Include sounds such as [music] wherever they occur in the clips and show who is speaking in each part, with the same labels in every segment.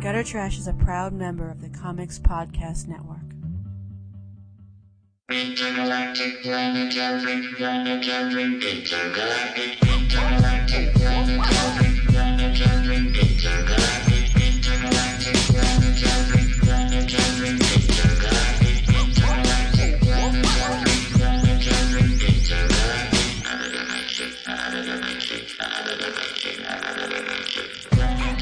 Speaker 1: Gutter Trash is a proud member of the Comics Podcast Network.
Speaker 2: Intergalactic planetary planetary intergalactic intergalactic planetary planetary intergalactic intergalactic planetary planetary intergalactic intergalactic planetary planetary intergalactic out of the matrix out of the matrix out of the matrix out of the matrix planetary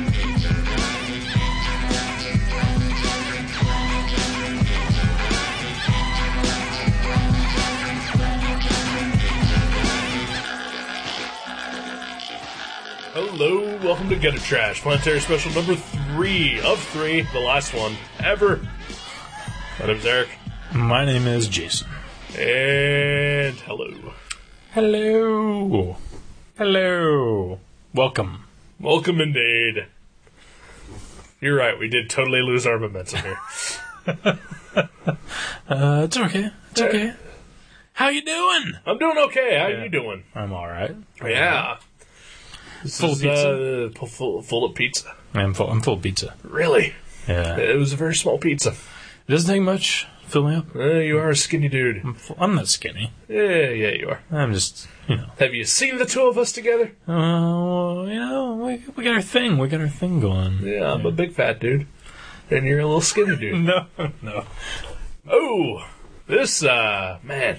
Speaker 2: intergalactic intergalactic planetary planetary intergalactic intergalactic planetary planetary intergalactic out of the matrix out of the matrix out of the
Speaker 3: Hello, welcome to Gutter Trash, Planetary Special number three of three, the last one ever. My name's Eric,
Speaker 4: My name is Jason.
Speaker 3: and hello.
Speaker 4: Hello. Hello. Welcome.
Speaker 3: Welcome indeed. You're right, we did totally lose our momentum
Speaker 4: [laughs]
Speaker 3: here.
Speaker 4: Uh, it's okay. It's okay. How you doing?
Speaker 3: I'm doing okay, how you doing?
Speaker 4: I'm all right.
Speaker 3: Yeah. This
Speaker 4: Full
Speaker 3: is,
Speaker 4: of
Speaker 3: Uh, pu- full, full of pizza.
Speaker 4: I'm full. I'm full of pizza.
Speaker 3: Really?
Speaker 4: Yeah. It
Speaker 3: It was a very small pizza.
Speaker 4: doesn't take much. to Fill me up.
Speaker 3: Uh, you are a skinny dude.
Speaker 4: I'm, full. I'm not skinny.
Speaker 3: Yeah, yeah, you are.
Speaker 4: I'm just, you know.
Speaker 3: Have you seen the two of us together?
Speaker 4: Uh, you know, we, we got our thing. We got our thing going.
Speaker 3: Yeah, I'm a big fat dude, and you're a little skinny dude.
Speaker 4: [laughs] No, no.
Speaker 3: Oh, this uh man.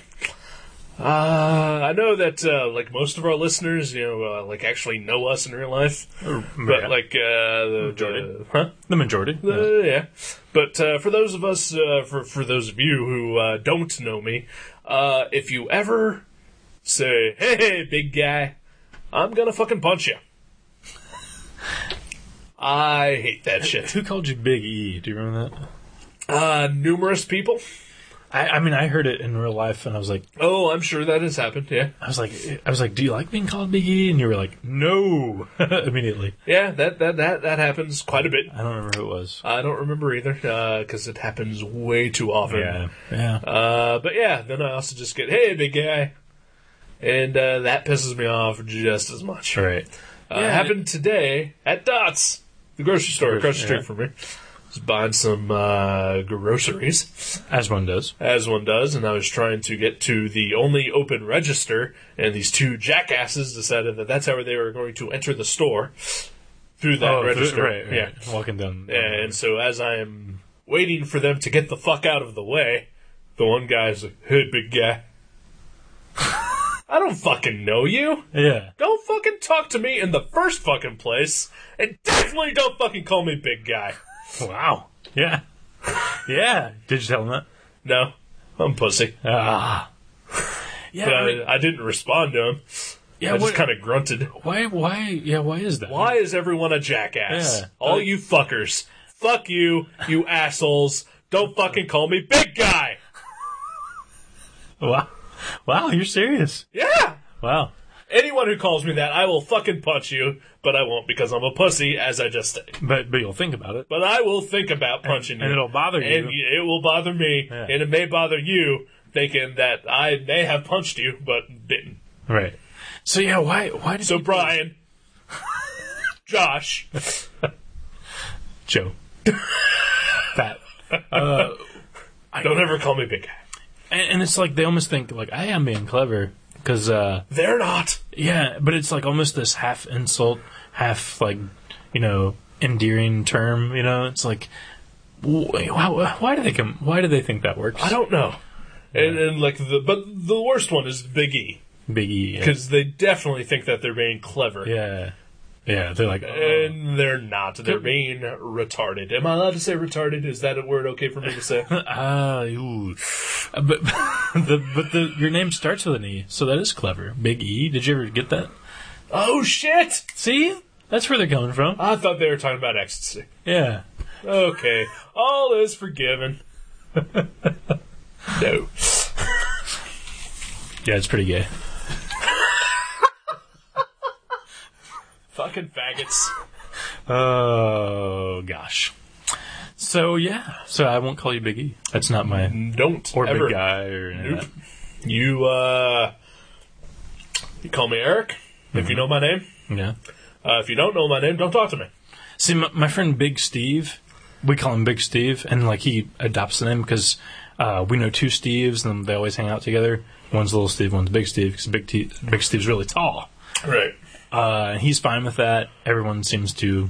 Speaker 3: Uh, I know that uh, like most of our listeners, you know, uh, like actually know us in real life, but
Speaker 4: yeah.
Speaker 3: like uh, the,
Speaker 4: Majority.
Speaker 3: the- huh?
Speaker 4: The majority.
Speaker 3: Uh, yeah. But uh, for those of us, uh, for for those of you who uh, don't know me, uh, if you ever say, "Hey, big guy," I'm gonna fucking punch you. [laughs] I hate that shit.
Speaker 4: Who called you Big E? Do you remember that?
Speaker 3: Uh, numerous people.
Speaker 4: I, I mean, I heard it in real life, and I was like,
Speaker 3: Oh, I'm sure that has happened. Yeah.
Speaker 4: I was like, I was like, do you like being called Big E? And you were like, no, [laughs] immediately.
Speaker 3: Yeah, that, that, that, that happens quite a bit.
Speaker 4: I don't remember who it was.
Speaker 3: I don't remember either, because it happens way too often.
Speaker 4: Yeah, yeah.
Speaker 3: Uh, but yeah, then I also just get, hey, big guy. And uh, that pisses me off just as much.
Speaker 4: All right.
Speaker 3: Uh, happened today at Dots, the grocery store across the street
Speaker 4: Yeah.
Speaker 3: from me. was buying some uh, groceries,
Speaker 4: As one does.
Speaker 3: as one does, and I was trying to get to the only open register, and these two jackasses decided that that's how they were going to enter the store. Through that register.
Speaker 4: Oh, right, right.
Speaker 3: Yeah.
Speaker 4: Walking down.
Speaker 3: And so as I am waiting for them to get the fuck out of the way, the one guy's like, hey, big guy. [laughs] I don't fucking know you.
Speaker 4: yeah.
Speaker 3: Don't fucking talk to me in the first fucking place. And definitely don't fucking call me big guy.
Speaker 4: Wow. Yeah. yeah. Did you tell him that?
Speaker 3: No, I'm pussy.
Speaker 4: Ah. uh, Yeah.
Speaker 3: But
Speaker 4: I mean,
Speaker 3: I, I didn't respond to him.
Speaker 4: yeah.
Speaker 3: I just
Speaker 4: What,
Speaker 3: kind of grunted.
Speaker 4: why? Why? Yeah. Why is that?
Speaker 3: Why is everyone a jackass?
Speaker 4: Yeah.
Speaker 3: All you fuckers. Fuck you, you assholes. Don't fucking call me big guy.
Speaker 4: Wow. Wow. You're serious.
Speaker 3: Yeah.
Speaker 4: Wow.
Speaker 3: Anyone who calls me that, I will fucking punch you, but I won't because I'm a pussy, as I just said.
Speaker 4: But but you'll think about it.
Speaker 3: But I will think about punching you.
Speaker 4: and it'll bother you.
Speaker 3: And y- it will bother me,
Speaker 4: Yeah.
Speaker 3: and it may bother you, thinking that I may have punched you, but didn't.
Speaker 4: Right. So yeah. Why? Why did
Speaker 3: So,
Speaker 4: people- [laughs]
Speaker 3: Brian, Josh,
Speaker 4: [laughs] Joe? Fat.
Speaker 3: don't ever call me big guy.
Speaker 4: And, and it's like they almost think like I am being clever because uh,
Speaker 3: They're not.
Speaker 4: yeah, but it's like almost this half insult, half like you know endearing term. You know, it's like wh- why, why do they come? Why do they think that works?
Speaker 3: I don't know. And, and like the but the worst one is Big E
Speaker 4: Big E. Yeah.
Speaker 3: because they definitely think that they're being clever.
Speaker 4: yeah, yeah. They're like, oh.
Speaker 3: And they're not. They're being retarded. Am I allowed to say retarded? Is that a word okay for me to [laughs] say?
Speaker 4: ah, ooh. Uh, but [laughs] the but the your name starts with an E, so that is clever. Big E. Did you ever get that?
Speaker 3: oh shit!
Speaker 4: See, that's where they're coming from.
Speaker 3: I thought they were talking about ecstasy.
Speaker 4: Yeah.
Speaker 3: Okay, all is [laughs] forgiven. no.
Speaker 4: Yeah, it's pretty gay.
Speaker 3: Fucking faggots.
Speaker 4: Oh gosh. So yeah, so I won't call you Big E. That's not my
Speaker 3: Don't
Speaker 4: or
Speaker 3: ever.
Speaker 4: Big Guy or any of
Speaker 3: Nope. You uh, you call me Eric if you know my name.
Speaker 4: that. yeah.
Speaker 3: Uh, if you don't know my name, don't talk to me.
Speaker 4: See, my, my friend Big Steve, we call him Big Steve, and like he adopts the name because uh, we know two Steves, and they always hang out together. One's little Steve, one's Big Steve, because Big, T- Big Steve's really tall.
Speaker 3: Right.
Speaker 4: Uh, he's fine with that. Everyone seems to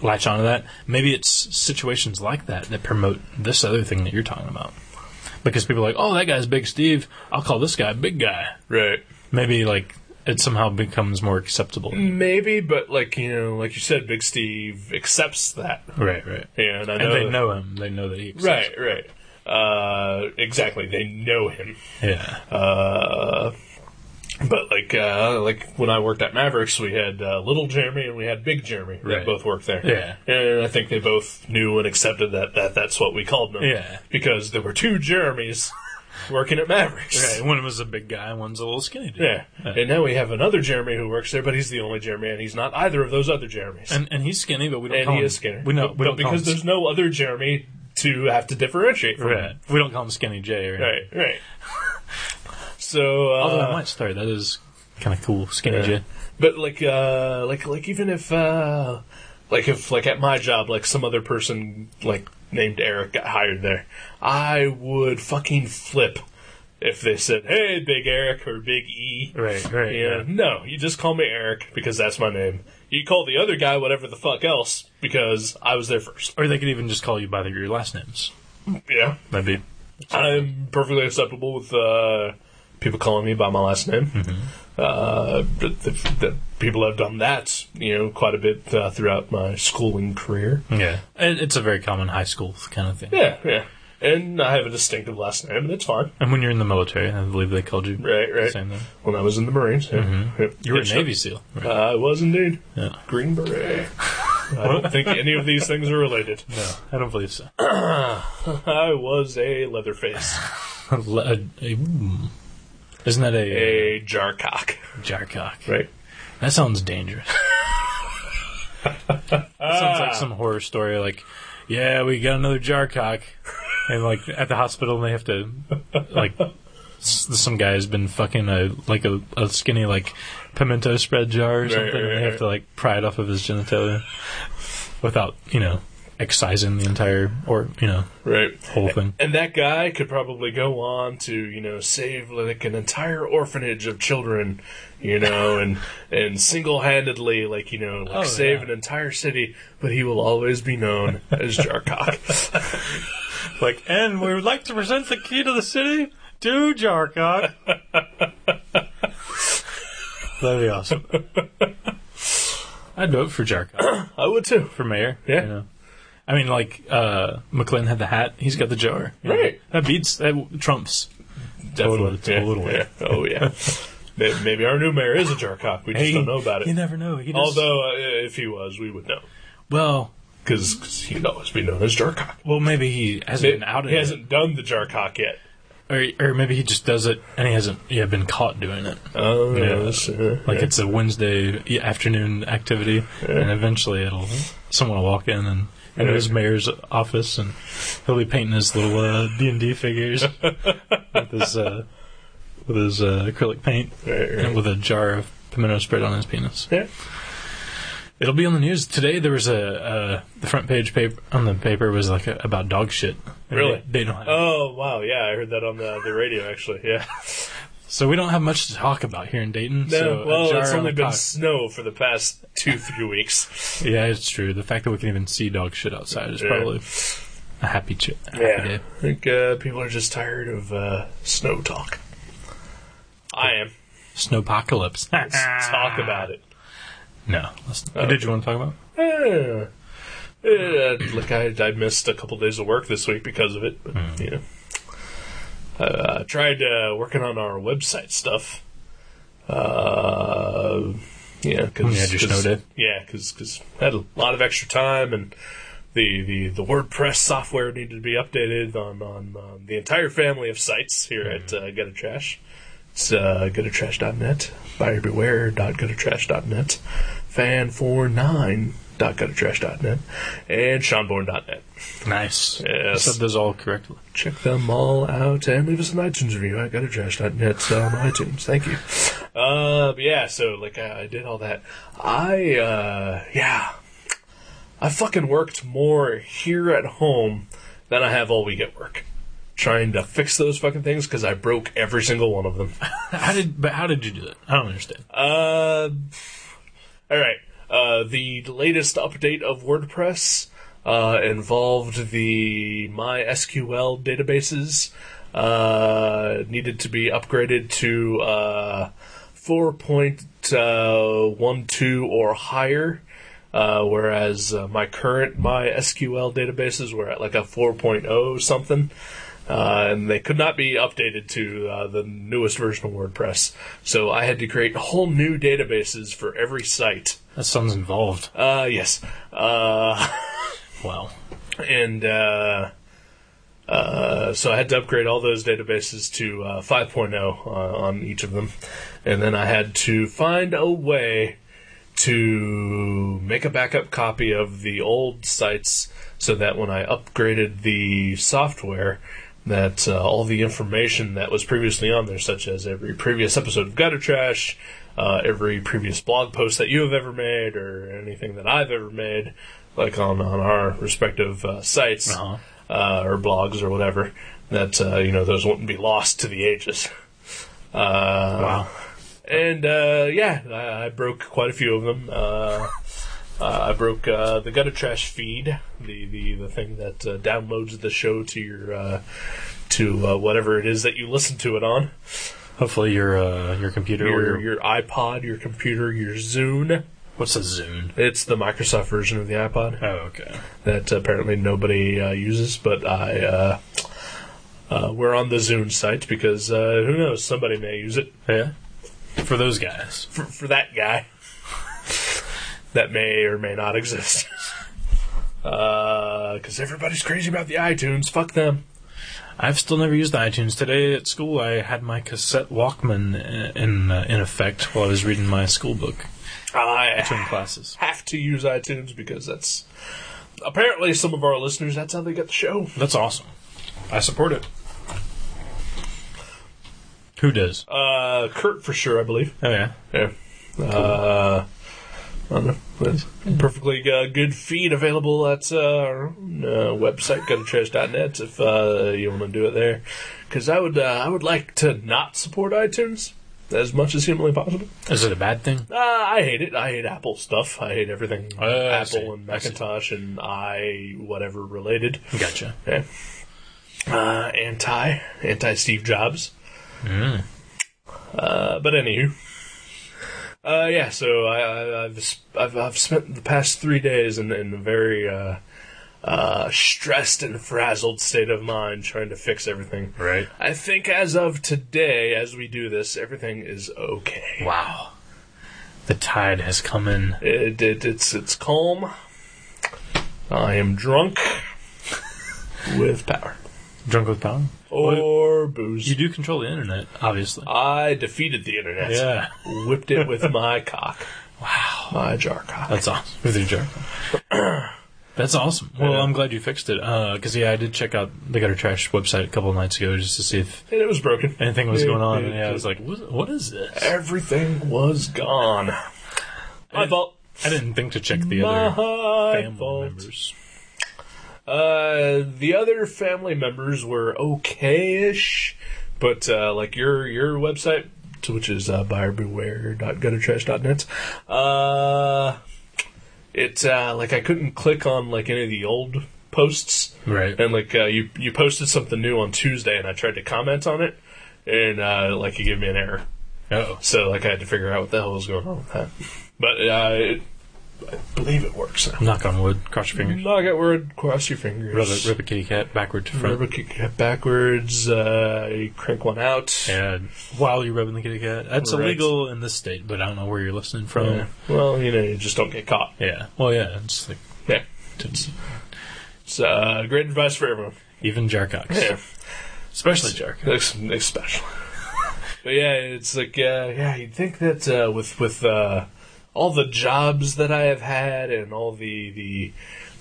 Speaker 4: latch onto that. Maybe it's situations like that that promote this other thing that you're talking about. Because people are like, oh, that guy's Big Steve. I'll call this guy Big Guy.
Speaker 3: Right.
Speaker 4: Maybe like it somehow becomes more acceptable.
Speaker 3: Maybe, but like you know, like you said, Big Steve accepts that.
Speaker 4: Right, right.
Speaker 3: Yeah, and I know.
Speaker 4: And they
Speaker 3: that-
Speaker 4: know him. They know that he exists.
Speaker 3: Uh, Right, right. Uh, exactly. They know him.
Speaker 4: Yeah.
Speaker 3: Uh, but like uh, like when I worked at Mavericks, we had uh, little Jeremy and we had big Jeremy. They
Speaker 4: Right.
Speaker 3: both worked there.
Speaker 4: Yeah.
Speaker 3: and I think they both knew and accepted that, that that's what we called them.
Speaker 4: Yeah.
Speaker 3: because there were two Jeremys [laughs] working at Mavericks.
Speaker 4: Right. One was a big guy, one's a little skinny dude.
Speaker 3: Yeah, and now we have another Jeremy who works there, but he's the only Jeremy, and he's not either of those other Jeremys.
Speaker 4: And and he's skinny, but we don't
Speaker 3: and
Speaker 4: call
Speaker 3: he
Speaker 4: him
Speaker 3: is Skinner.
Speaker 4: We know
Speaker 3: But-
Speaker 4: we don't
Speaker 3: but because
Speaker 4: call him
Speaker 3: there's no other Jeremy to have to differentiate from.
Speaker 4: right. We don't call him Skinny J or
Speaker 3: Right,
Speaker 4: [laughs]
Speaker 3: right. so, uh,
Speaker 4: Although I might start. That is kind of cool, Skinny
Speaker 3: Yeah.
Speaker 4: J.
Speaker 3: but like, uh, like, like, even if, uh, like, if, like, at my job, like, some other person, like, named Eric got hired there, I would fucking flip if they said, "Hey, Big Eric" or "Big E."
Speaker 4: Right, right.
Speaker 3: Yeah. No, you just call me Eric because that's my name. You call the other guy whatever the fuck else because I was there first.
Speaker 4: Or they could even just call you by their, your last names.
Speaker 3: Yeah.
Speaker 4: That'd be
Speaker 3: I'm perfectly acceptable with uh, people calling me by my last name.
Speaker 4: Mm-hmm.
Speaker 3: Uh, but the, the people have done that, you know, quite a bit uh, throughout my schooling career.
Speaker 4: yeah. It, it's a very common high school kind of thing.
Speaker 3: Yeah, yeah. And I have a distinctive last name, and it's fine.
Speaker 4: And when you're in the military, I believe they called you
Speaker 3: Right, right.
Speaker 4: Same thing.
Speaker 3: When I was in the Marines, yeah. Yeah.
Speaker 4: Mm-hmm. You were a
Speaker 3: Yeah,
Speaker 4: Navy SEAL. Right.
Speaker 3: sure. Uh, [laughs] I was indeed.
Speaker 4: Yeah.
Speaker 3: Green Beret. I don't think any of these things are related.
Speaker 4: No, I don't believe so. [laughs]
Speaker 3: I was a Leatherface,
Speaker 4: Le- a- a- mm. isn't that a,
Speaker 3: a Jarcock.
Speaker 4: jarcock?
Speaker 3: Right.
Speaker 4: That
Speaker 3: [laughs]
Speaker 4: sounds dangerous. that sounds like some horror story. Like, yeah, we got another jarcock, and like at the hospital they have to like s- some guy has been fucking a like a, a skinny like pimento spread jar or something. and
Speaker 3: right,
Speaker 4: they have to like pry it off of his genitalia without you know excising the entire or you know
Speaker 3: Right.
Speaker 4: whole thing.
Speaker 3: And that guy could probably go on to, you know, save like an entire orphanage of children, you know, and and single-handedly, like you know, like
Speaker 4: Oh,
Speaker 3: save
Speaker 4: yeah.
Speaker 3: an entire city. But he will always be known as Jarcock.
Speaker 4: Like, and we would like to present the key to the city to Jarcock. [laughs] That'd be awesome. I'd vote for Jarcock
Speaker 3: [laughs] I would too.
Speaker 4: for mayor.
Speaker 3: [coughs] Yeah.
Speaker 4: you know. I mean, like uh, McLean had the hat; he's got the jar. you know.
Speaker 3: Right.
Speaker 4: That beats that trumps.
Speaker 3: Definitely.
Speaker 4: totally.
Speaker 3: Yeah, yeah. Oh yeah. May- Maybe our new mayor is a Jarcock. We just don't know about
Speaker 4: You
Speaker 3: it.
Speaker 4: never know. He just,
Speaker 3: Although, uh, if he was, we would know
Speaker 4: well,
Speaker 3: because he'd always be known as Jarcock.
Speaker 4: well, maybe he hasn't been outed.
Speaker 3: He hasn't done the Jarcock yet.
Speaker 4: yet. or, or maybe he just does it and he hasn't yeah, been caught doing it.
Speaker 3: Oh,
Speaker 4: Yeah.
Speaker 3: yes, uh,
Speaker 4: Like
Speaker 3: yeah.
Speaker 4: it's a Wednesday e- afternoon activity, and eventually it'll someone will walk in and into his mayor's office, and he'll be painting his little uh, D and
Speaker 3: [laughs]
Speaker 4: D figures with his uh, with his uh, acrylic paint
Speaker 3: Right, right.
Speaker 4: and with a jar of pimento spread on his penis.
Speaker 3: Yeah.
Speaker 4: It'll be on the news today. There was a uh, the front page paper on the paper was like a, about dog shit. And
Speaker 3: Really?
Speaker 4: They, they don't have,
Speaker 3: Oh wow, yeah, I heard that on the, the radio actually.
Speaker 4: [laughs]
Speaker 3: Yeah.
Speaker 4: so we don't have much to talk about here in Dayton.
Speaker 3: No,
Speaker 4: so a
Speaker 3: well,
Speaker 4: jar
Speaker 3: it's
Speaker 4: on
Speaker 3: only
Speaker 4: the
Speaker 3: been
Speaker 4: cock-
Speaker 3: snow for the past two three weeks.
Speaker 4: Yeah, it's true. The fact that we can even see dog shit outside is
Speaker 3: Yeah.
Speaker 4: probably a happy, ch- happy
Speaker 3: Yeah,
Speaker 4: day.
Speaker 3: I think uh, people are just tired of uh, snow talk. I am.
Speaker 4: Snowpocalypse.
Speaker 3: Let's talk about it.
Speaker 4: [laughs] No. Let's, Did you want to talk about? it?
Speaker 3: Uh, uh, look, I, I missed a couple days of work this week because of it. But,
Speaker 4: Hmm.
Speaker 3: You know, uh, I tried uh, working on our website stuff. Uh, yeah, because
Speaker 4: You had your snow day?
Speaker 3: because I had a lot of extra time and. The, the, the WordPress software needed to be updated on, on, on the entire family of sites here at uh, Gutter Trash. It's uh, GutterTrash.net, BuyerBeware.GutterTrash.net, Fan49.net, dot.guttertrash.net, and seanborn.net.
Speaker 4: Nice.
Speaker 3: Yes.
Speaker 4: I said those all correctly.
Speaker 3: Check them all out and leave us an iTunes review at guttertrash.net on um, iTunes. Thank you. Uh, but yeah, so like I, I did all that. I uh, yeah, I fucking worked more here at home than I have all week at work, trying to fix those fucking things because I broke every single one of them.
Speaker 4: How did? But how did you do that? I don't understand.
Speaker 3: Uh, all right. Uh, the latest update of WordPress uh, involved the MySQL databases uh, needed to be upgraded to uh, 4.12 or higher. Uh, whereas uh, my current MySQL databases were at like a 4.0 something, uh, and they could not be updated to uh, the newest version of WordPress. So I had to create whole new databases for every site.
Speaker 4: That sounds involved.
Speaker 3: Uh, yes. Uh, [laughs]
Speaker 4: Wow.
Speaker 3: and uh, uh, so I had to upgrade all those databases to uh, 5.0 uh, on each of them, and then I had to find a way to make a backup copy of the old sites so that when I upgraded the software. That uh, all the information that was previously on there, such as every previous episode of Gutter Trash, uh, every previous blog post that you have ever made, or anything that I've ever made, like on, on our respective uh, sites,
Speaker 4: Uh-huh.
Speaker 3: uh, or blogs or whatever, that uh, you know those wouldn't be lost to the ages. Uh,
Speaker 4: Wow.
Speaker 3: And uh, yeah, I, I broke quite a few of them. Uh, uh, I broke uh, the gutter trash feed, the the, the thing that uh, downloads the show to your uh, to uh, whatever it is that you listen to it on
Speaker 4: Hopefully your uh, your computer or
Speaker 3: your
Speaker 4: your,
Speaker 3: your iPod, your computer, your Zune.
Speaker 4: what's a Zune?
Speaker 3: It's the Microsoft version of the iPod.
Speaker 4: Oh, okay.
Speaker 3: that apparently nobody uh, uses, but I uh, uh, we're on the Zune site because uh, who knows somebody may use it
Speaker 4: Yeah. For those guys.
Speaker 3: for, for that guy [laughs] that may or may not exist. [laughs] Because everybody's crazy about the iTunes. Fuck them.
Speaker 4: I've still never used iTunes. Today at school, I had my cassette Walkman in in, uh, in effect while I was reading my school book
Speaker 3: I
Speaker 4: between classes.
Speaker 3: have to use iTunes because that's apparently some of our listeners. That's how they get the show.
Speaker 4: That's awesome. I support it. Who does?
Speaker 3: Uh, Kurt for sure, I believe.
Speaker 4: Oh yeah.
Speaker 3: Yeah. Uh, I don't know. That's
Speaker 4: Mm-hmm.
Speaker 3: perfectly uh, good feed available at uh, our own, uh, website, guttertrash.net, if uh, you want to do it there. Because I would, uh, I would like to not support iTunes as much as humanly possible.
Speaker 4: Is it a bad thing?
Speaker 3: Uh, I hate it. I hate Apple stuff. I hate everything
Speaker 4: Uh, I
Speaker 3: Apple
Speaker 4: see.
Speaker 3: and
Speaker 4: I see.
Speaker 3: Macintosh and i whatever related.
Speaker 4: Gotcha.
Speaker 3: Yeah. Uh, anti anti Steve Jobs.
Speaker 4: Mm.
Speaker 3: Uh, but anywho, uh, yeah. So I, I, I've, sp- I've I've spent the past three days in, in a very uh, uh, stressed and frazzled state of mind trying to fix everything.
Speaker 4: Right.
Speaker 3: I think as of today, as we do this, everything is okay.
Speaker 4: Wow. The tide has come in.
Speaker 3: It, it, it's it's calm. I am
Speaker 4: [laughs]
Speaker 3: drunk with power
Speaker 4: Drunk with power.
Speaker 3: or booze.
Speaker 4: You do control the internet, obviously.
Speaker 3: I defeated the internet.
Speaker 4: Yeah.
Speaker 3: Whipped it with my cock. Wow. My jar cock.
Speaker 4: That's awesome. With your jar. [clears throat] That's awesome. Well, I'm glad you fixed it. Because, yeah, I did check out the Gutter Trash website a couple of nights ago just to see if
Speaker 3: And it was broken.
Speaker 4: anything was going on.
Speaker 3: It-
Speaker 4: And, yeah, I was like, what, what is this?
Speaker 3: everything was gone. My
Speaker 4: And-
Speaker 3: fault.
Speaker 4: I didn't think to check the other
Speaker 3: My
Speaker 4: family
Speaker 3: fault.
Speaker 4: members.
Speaker 3: Uh, the other family members were okay-ish, but uh, like your your website, t- which is uh, buyerbeware.guttertrash.net, uh, it uh, like I couldn't click on like any of the old posts.
Speaker 4: Right.
Speaker 3: and like uh, you you posted something new on Tuesday, and I tried to comment on it, and uh, like you gave me an error.
Speaker 4: Oh.
Speaker 3: So like I had to figure out what the hell was going on with that. But uh, it, I believe it works now.
Speaker 4: Knock on wood. Cross your fingers.
Speaker 3: Knock it word, cross your fingers.
Speaker 4: Rub a, rip a kitty cat backward to front.
Speaker 3: Rub it, kick it backwards. Uh, you crank one out.
Speaker 4: Yeah, while you're rubbing the kitty cat. That's
Speaker 3: Right.
Speaker 4: illegal in this state, but I don't know where you're listening from.
Speaker 3: Uh,
Speaker 4: Yeah.
Speaker 3: well, you know, you just don't get caught.
Speaker 4: Well, yeah, it's like
Speaker 3: Yeah.
Speaker 4: it's,
Speaker 3: It's uh, great advice for everyone.
Speaker 4: even jarcocks,
Speaker 3: Yeah.
Speaker 4: [laughs] especially jarcocks.
Speaker 3: It's, it's [laughs] special. but yeah, it's like uh, yeah, you'd think that uh, with with uh, all the jobs that I have had and all the the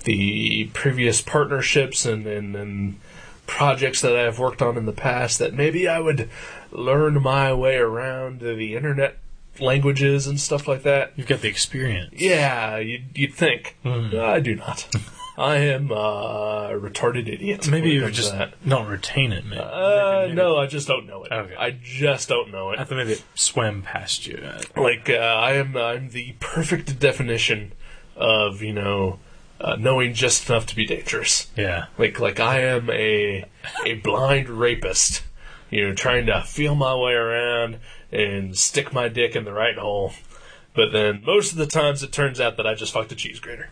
Speaker 3: the previous partnerships and and, and projects that I've worked on in the past that maybe I would learn my way around the internet languages and stuff like that.
Speaker 4: You've got the experience.
Speaker 3: Yeah, you'd, you'd think.
Speaker 4: Hmm.
Speaker 3: I do not.
Speaker 4: [laughs]
Speaker 3: I am uh, a retarded idiot.
Speaker 4: Maybe
Speaker 3: when it
Speaker 4: you
Speaker 3: comes to
Speaker 4: just
Speaker 3: that.
Speaker 4: don't retain it, man.
Speaker 3: Uh, no, I just don't know it.
Speaker 4: Okay.
Speaker 3: I just don't know it.
Speaker 4: I thought maybe it swam past you. Uh,
Speaker 3: [laughs] Like uh, I am, I'm the perfect definition of you know uh, knowing just enough to be dangerous.
Speaker 4: Yeah.
Speaker 3: Like like I am a a blind rapist, you know, trying to feel my way around and stick my dick in the right hole. But then most of the times it turns out that I just fucked a cheese grater.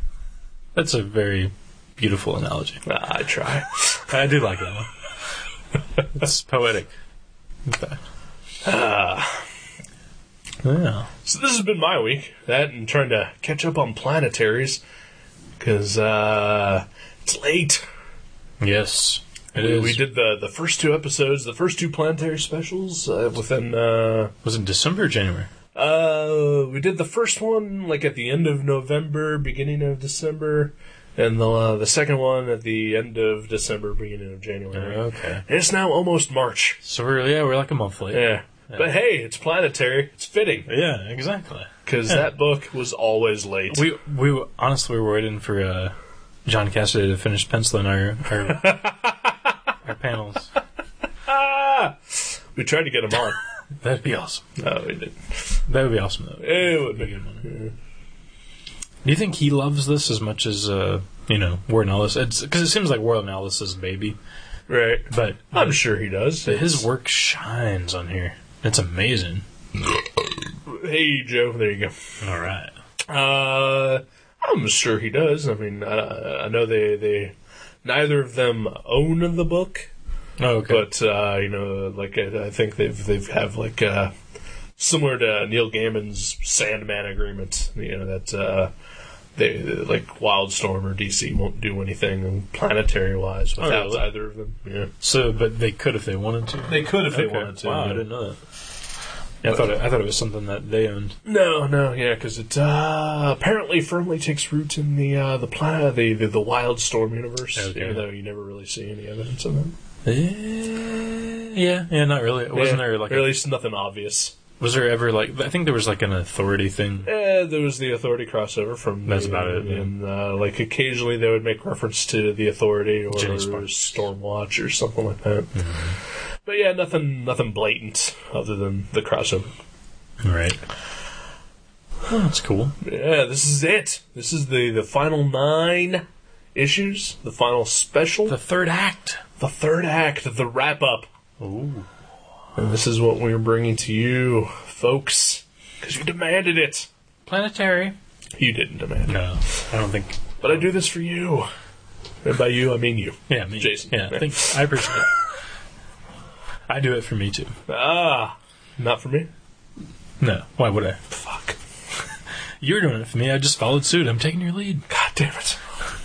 Speaker 4: That's a very beautiful analogy.
Speaker 3: Ah, I try. [laughs]
Speaker 4: I do like that one. it's poetic.
Speaker 3: Ah.
Speaker 4: yeah.
Speaker 3: So this has been my week. That and trying to catch up on planetaries because uh, it's late.
Speaker 4: Yes. It
Speaker 3: we,
Speaker 4: is.
Speaker 3: we did the the first two episodes, the first two planetary specials uh, within. Uh,
Speaker 4: Was it December or January?
Speaker 3: uh, we did the first one like at the end of November, beginning of December, and the uh, the second one at the end of December, beginning of January.
Speaker 4: Okay.
Speaker 3: And it's now almost March.
Speaker 4: So we're yeah, we're like a month late.
Speaker 3: Yeah. But hey, it's planetary. It's fitting
Speaker 4: Yeah, exactly.
Speaker 3: because that book was always late.
Speaker 4: We we were- honestly were waiting for uh, John Cassidy to finish penciling our our,
Speaker 3: [laughs]
Speaker 4: our panels.
Speaker 3: we tried to get him on.
Speaker 4: That'd be awesome.
Speaker 3: [laughs] no, we didn't.
Speaker 4: That would be awesome though.
Speaker 3: It would
Speaker 4: That'd
Speaker 3: be.
Speaker 4: be a good one. Do you think he loves this as much as uh, you know Warren Ellis? Because it seems like Warren Ellis's baby,
Speaker 3: Right.
Speaker 4: but
Speaker 3: I'm sure he does.
Speaker 4: his work shines on here. It's amazing.
Speaker 3: Hey, Joe. There you
Speaker 4: All right.
Speaker 3: go. Uh, I'm sure he does. I mean, I, I know they, they neither of them own the book,
Speaker 4: Oh, okay.
Speaker 3: but uh, you know, like I, I think they've they've have like uh, similar to Neil Gaiman's Sandman agreement. You know that uh, they like Wildstorm or DC won't do anything planetary wise without
Speaker 4: really?
Speaker 3: either of them. Yeah,
Speaker 4: so, but they could if they wanted to.
Speaker 3: they could if
Speaker 4: Okay. Wow, I didn't know that. Yeah, I thought it, I thought it was something that they owned.
Speaker 3: No, no, yeah, because it uh, apparently firmly takes root in the uh, the planet, the, the the Wildstorm universe,
Speaker 4: Okay.
Speaker 3: even though you never really see any evidence of them.
Speaker 4: Uh, Yeah, yeah, not really. Wasn't
Speaker 3: Yeah,
Speaker 4: there like
Speaker 3: or
Speaker 4: a-
Speaker 3: at least nothing obvious?
Speaker 4: was there ever like I think there was like an authority thing.
Speaker 3: Eh, there was the Authority crossover from
Speaker 4: That's
Speaker 3: the-
Speaker 4: about it, yeah.
Speaker 3: and uh, like occasionally they would make reference to the Authority or
Speaker 4: Jenny Spark.
Speaker 3: Stormwatch or something like that.
Speaker 4: Mm-hmm.
Speaker 3: But yeah, nothing nothing blatant other than the crossover.
Speaker 4: Right. Oh, that's cool.
Speaker 3: Yeah, this is it. This is the the final nine issues, the final special.
Speaker 4: The third act.
Speaker 3: the third act, the wrap up.
Speaker 4: Ooh.
Speaker 3: And this is what we're bringing to you, folks, because you demanded it.
Speaker 4: Planetary.
Speaker 3: You didn't demand it,
Speaker 4: No, I don't think.
Speaker 3: but I do this for you. And by you, I mean you.
Speaker 4: Yeah, me.
Speaker 3: Jason.
Speaker 4: Yeah, I think I appreciate [laughs] it. I do it for me too.
Speaker 3: Ah, not for me.
Speaker 4: No, why would I?
Speaker 3: Fuck.
Speaker 4: You're doing it for me. I just followed suit. I'm taking your lead.
Speaker 3: God damn it.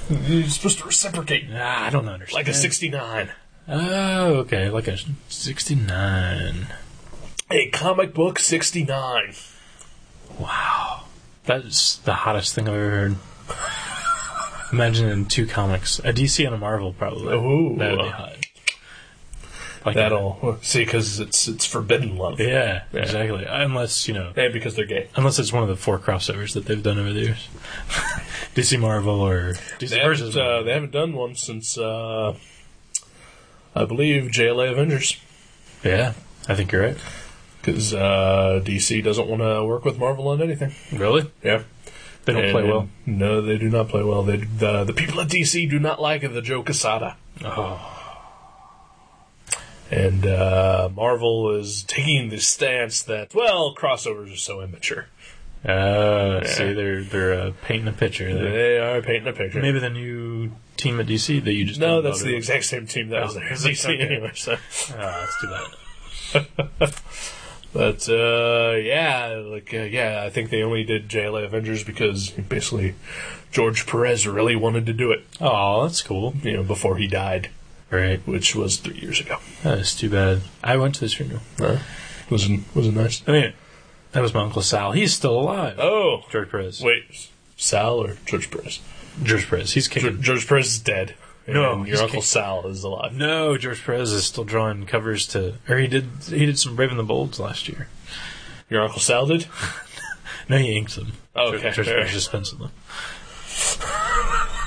Speaker 3: You're supposed to reciprocate.
Speaker 4: Ah, I don't understand.
Speaker 3: Like a 69.
Speaker 4: Oh, okay. Like a 69.
Speaker 3: A comic book 69.
Speaker 4: Wow. That's the hottest thing I've ever heard. Imagine in two comics, a DC and a Marvel, probably.
Speaker 3: Ooh.
Speaker 4: that would be hot. Like
Speaker 3: That'll. See, because it's, it's forbidden love.
Speaker 4: Yeah, exactly. Unless you know,
Speaker 3: And because they're gay.
Speaker 4: unless it's one of the four crossovers that they've done over the years, [laughs] DC Marvel or DC
Speaker 3: They
Speaker 4: versus.
Speaker 3: haven't, uh, they haven't done one since, uh, I believe, JLA Avengers.
Speaker 4: yeah, I think you're right.
Speaker 3: because uh, DC doesn't want to work with Marvel on anything.
Speaker 4: Really,
Speaker 3: Yeah,
Speaker 4: they don't play well.
Speaker 3: No, they do not play well. They the the people at DC do not like the Joe Quesada.
Speaker 4: Oh.
Speaker 3: And uh, Marvel is taking the stance that well, crossovers are so immature.
Speaker 4: Uh, See, they're they're uh, painting a picture. There.
Speaker 3: They are painting a picture.
Speaker 4: Maybe the new team at DC that you just
Speaker 3: no,
Speaker 4: didn't
Speaker 3: that's
Speaker 4: bother
Speaker 3: the
Speaker 4: with.
Speaker 3: exact same team that was there.
Speaker 4: is it?
Speaker 3: DC
Speaker 4: Oh. [laughs] Okay.
Speaker 3: anyway. So.
Speaker 4: Ah, that's too bad.
Speaker 3: But uh, yeah, like uh, yeah, I think they only did JLA Avengers because basically George Perez really wanted to do it,
Speaker 4: Oh, that's cool.
Speaker 3: you know, before he died,
Speaker 4: Right.
Speaker 3: which was three years ago.
Speaker 4: That's too bad. I went to this funeral.
Speaker 3: Wasn't wasn't nice.
Speaker 4: I mean, That was my Uncle Sal. He's still alive.
Speaker 3: Oh,
Speaker 4: George Perez.
Speaker 3: wait, Sal or George Perez?
Speaker 4: George Perez. He's
Speaker 3: Ge-
Speaker 4: kicking.
Speaker 3: George Perez is dead.
Speaker 4: No,
Speaker 3: And
Speaker 4: he's
Speaker 3: your uncle
Speaker 4: kick-
Speaker 3: Sal is alive.
Speaker 4: No, George Perez is still drawing covers to, or he did. He did some Raven the Bolds last year.
Speaker 3: Your uncle Sal did.
Speaker 4: No, he inked them.
Speaker 3: Oh,
Speaker 4: George-
Speaker 3: okay.
Speaker 4: George Perez just penciled them.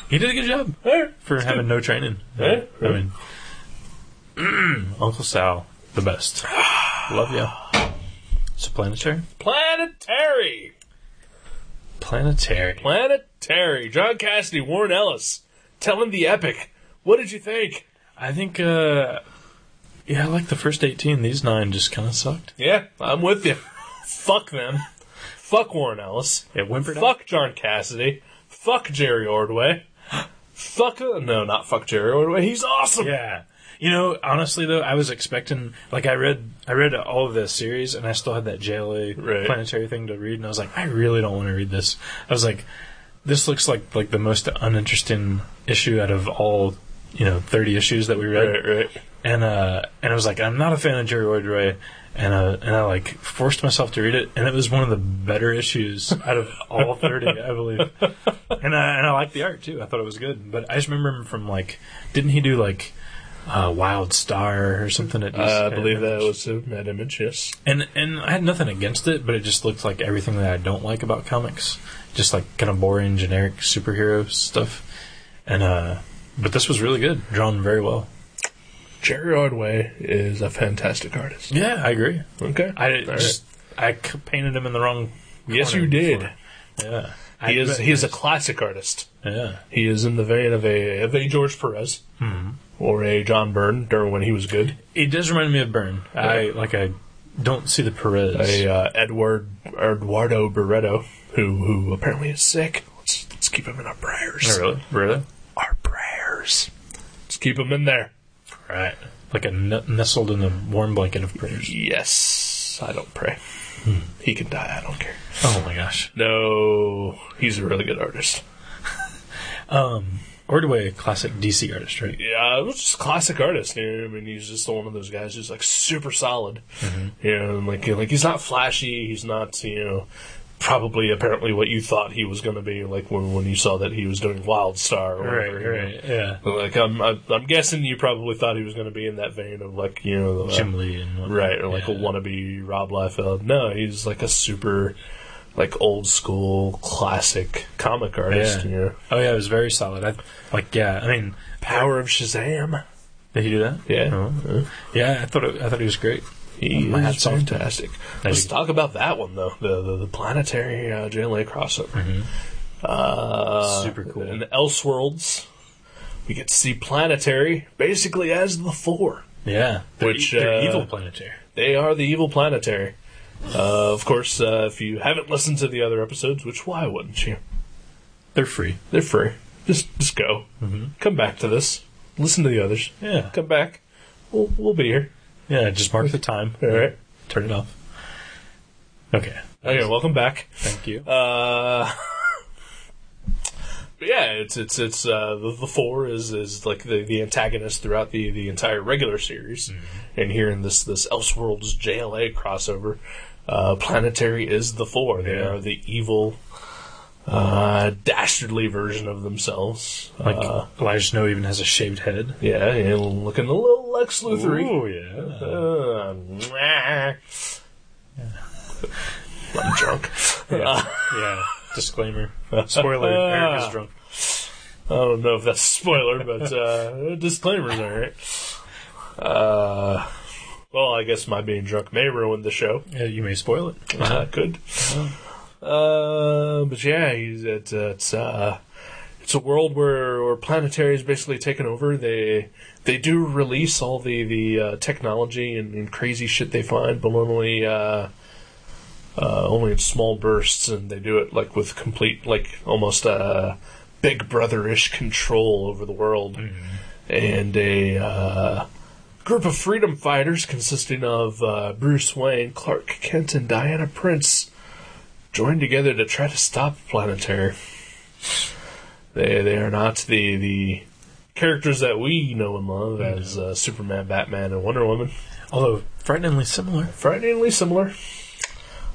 Speaker 4: he did a good job for having no training.
Speaker 3: Yeah,
Speaker 4: I mean, [clears throat] Uncle Sal, the best. Love ya. So planetary.
Speaker 3: Planetary,
Speaker 4: Planetary.
Speaker 3: planetary. John Cassidy, Warren Ellis, telling the epic. What did you think?
Speaker 4: I think, uh, yeah, I like the first 18. These nine just kind of sucked.
Speaker 3: Yeah, I'm with you. Fuck them. Fuck Warren Ellis.
Speaker 4: It whimpered out.
Speaker 3: Fuck John Cassidy. Fuck Jerry Ordway. Fuck uh, no, not fuck Jerry Ordway. He's awesome.
Speaker 4: Yeah. You know, honestly though, I was expecting like I read I read all of this series and I still had that JLA
Speaker 3: Right.
Speaker 4: planetary thing to read and I was like, I really don't want to read this. I was like, this looks like like the most uninteresting issue out of all you know, thirty issues that we read.
Speaker 3: Right, right.
Speaker 4: And uh and I was like, I'm not a fan of Jerry Ordway and uh and I like forced myself to read it and it was one of the better issues out of all thirty, I believe. And I and I liked the art too. I thought it was good. But I just remember him from like didn't he do like uh, Wild Star or something at DC?
Speaker 3: I believe that was uh, that image. Yes.
Speaker 4: And and I had nothing against it, but it just looked like everything that I don't like about comics, just like kind of boring, generic superhero stuff. And uh, but this was really good, drawn very well.
Speaker 3: Jerry Ordway is a fantastic artist.
Speaker 4: Yeah, I agree.
Speaker 3: Okay.
Speaker 4: I
Speaker 3: All right.
Speaker 4: just I c- painted him in the wrong.
Speaker 3: Yes,
Speaker 4: corner
Speaker 3: you did.
Speaker 4: before. Yeah, I
Speaker 3: He is
Speaker 4: bet-
Speaker 3: he is a classic artist.
Speaker 4: yeah.
Speaker 3: He is in the vein of a of a George Perez
Speaker 4: Hmm.
Speaker 3: or a John Byrne during when he was good.
Speaker 4: It does remind me of Byrne. I like I don't see the Perez.
Speaker 3: A uh, Edward Eduardo Barreto who who apparently is sick. Let's let's keep him in our prayers.
Speaker 4: Oh, really, really.
Speaker 3: Our prayers. Let's keep him in there.
Speaker 4: Right. Like a n- nestled in a warm blanket of prayers.
Speaker 3: Yes, I don't pray.
Speaker 4: Hmm.
Speaker 3: He can die. I don't care.
Speaker 4: Oh my gosh.
Speaker 3: No, he's a really good artist.
Speaker 4: Um, Ordway, classic DC artist, right?
Speaker 3: Yeah, it was just a classic artist. You know? I mean, he's just one of those guys who's like super solid.
Speaker 4: Mm-hmm.
Speaker 3: You know, and like like he's not flashy. He's not you know probably apparently what you thought he was going to be. Like when when you saw that he was doing Wild Star, or whatever, you know.
Speaker 4: Yeah.
Speaker 3: Like I'm I, I'm guessing you probably thought he was going to be in that vein of like you know the-
Speaker 4: Jim Lee and whatnot.
Speaker 3: right or like a
Speaker 4: Yeah.
Speaker 3: wannabe Rob Liefeld. No, he's like a super like old school classic comic artist.
Speaker 4: Yeah.
Speaker 3: You know,
Speaker 4: Oh yeah, it was very solid. I, like yeah, I mean,
Speaker 3: Power of Shazam.
Speaker 4: did he do that?
Speaker 3: Yeah.
Speaker 4: Oh. Yeah, I thought it, I thought he was great.
Speaker 3: He
Speaker 4: My
Speaker 3: is
Speaker 4: hat's off to him.
Speaker 3: fantastic. Let's
Speaker 4: you-
Speaker 3: talk about that one though the the, the planetary uh, JLA crossover. Uh,
Speaker 4: Mm-hmm. Super cool.
Speaker 3: In Elseworlds, we get to see Planetary basically as the four.
Speaker 4: Yeah, They're e,
Speaker 3: Which,
Speaker 4: they're
Speaker 3: uh,
Speaker 4: evil planetary?
Speaker 3: They are the evil Planetary. Uh, of course, uh, if you haven't listened to the other episodes, which why wouldn't you?
Speaker 4: They're free.
Speaker 3: They're free. Just just go. Come back to this. Listen to the others.
Speaker 4: Yeah.
Speaker 3: Come back. We'll we'll be here.
Speaker 4: Yeah, just mark the time.
Speaker 3: All right.
Speaker 4: Turn it off. Okay.
Speaker 3: Okay. Welcome back.
Speaker 4: Thank you.
Speaker 3: Uh, [laughs] but yeah, it's it's it's uh, the, the four is is like the, the antagonist throughout the, the entire regular series,
Speaker 4: Mm-hmm.
Speaker 3: and here in this this Elseworlds JLA crossover, uh, Planetary is the four. They
Speaker 4: Yeah.
Speaker 3: are the evil, uh, dastardly version of themselves.
Speaker 4: like
Speaker 3: uh,
Speaker 4: Elijah Snow even has a shaved head.
Speaker 3: yeah, and looking a little Lex Luthor.
Speaker 4: Ooh, yeah.
Speaker 3: Uh, mwah. [laughs] I'm drunk.
Speaker 4: [laughs]
Speaker 3: Uh,
Speaker 4: Yeah. yeah.
Speaker 3: [laughs]
Speaker 4: Disclaimer. Spoiler: Eric
Speaker 3: Ah.
Speaker 4: is drunk.
Speaker 3: I don't know if that's a spoiler, but uh, disclaimers are right. Uh, well, I guess my being drunk may ruin the show.
Speaker 4: Yeah, you may spoil it.
Speaker 3: Uh, good. Uh, but yeah, he's, it's uh, it's uh, it's a world where where planetary is basically taken over. They they do release all the the uh, technology and, and crazy shit they find, but only. Uh, uh, only in small bursts, and they do it like with complete, like almost uh, Big Brother-ish control over the world. And a uh, group of freedom fighters consisting of uh, Bruce Wayne, Clark Kent, and Diana Prince joined together to try to stop Planetary. They they are not the the characters that we know and love as uh, Superman, Batman, and Wonder Woman.
Speaker 4: Although frighteningly similar.
Speaker 3: Frighteningly similar.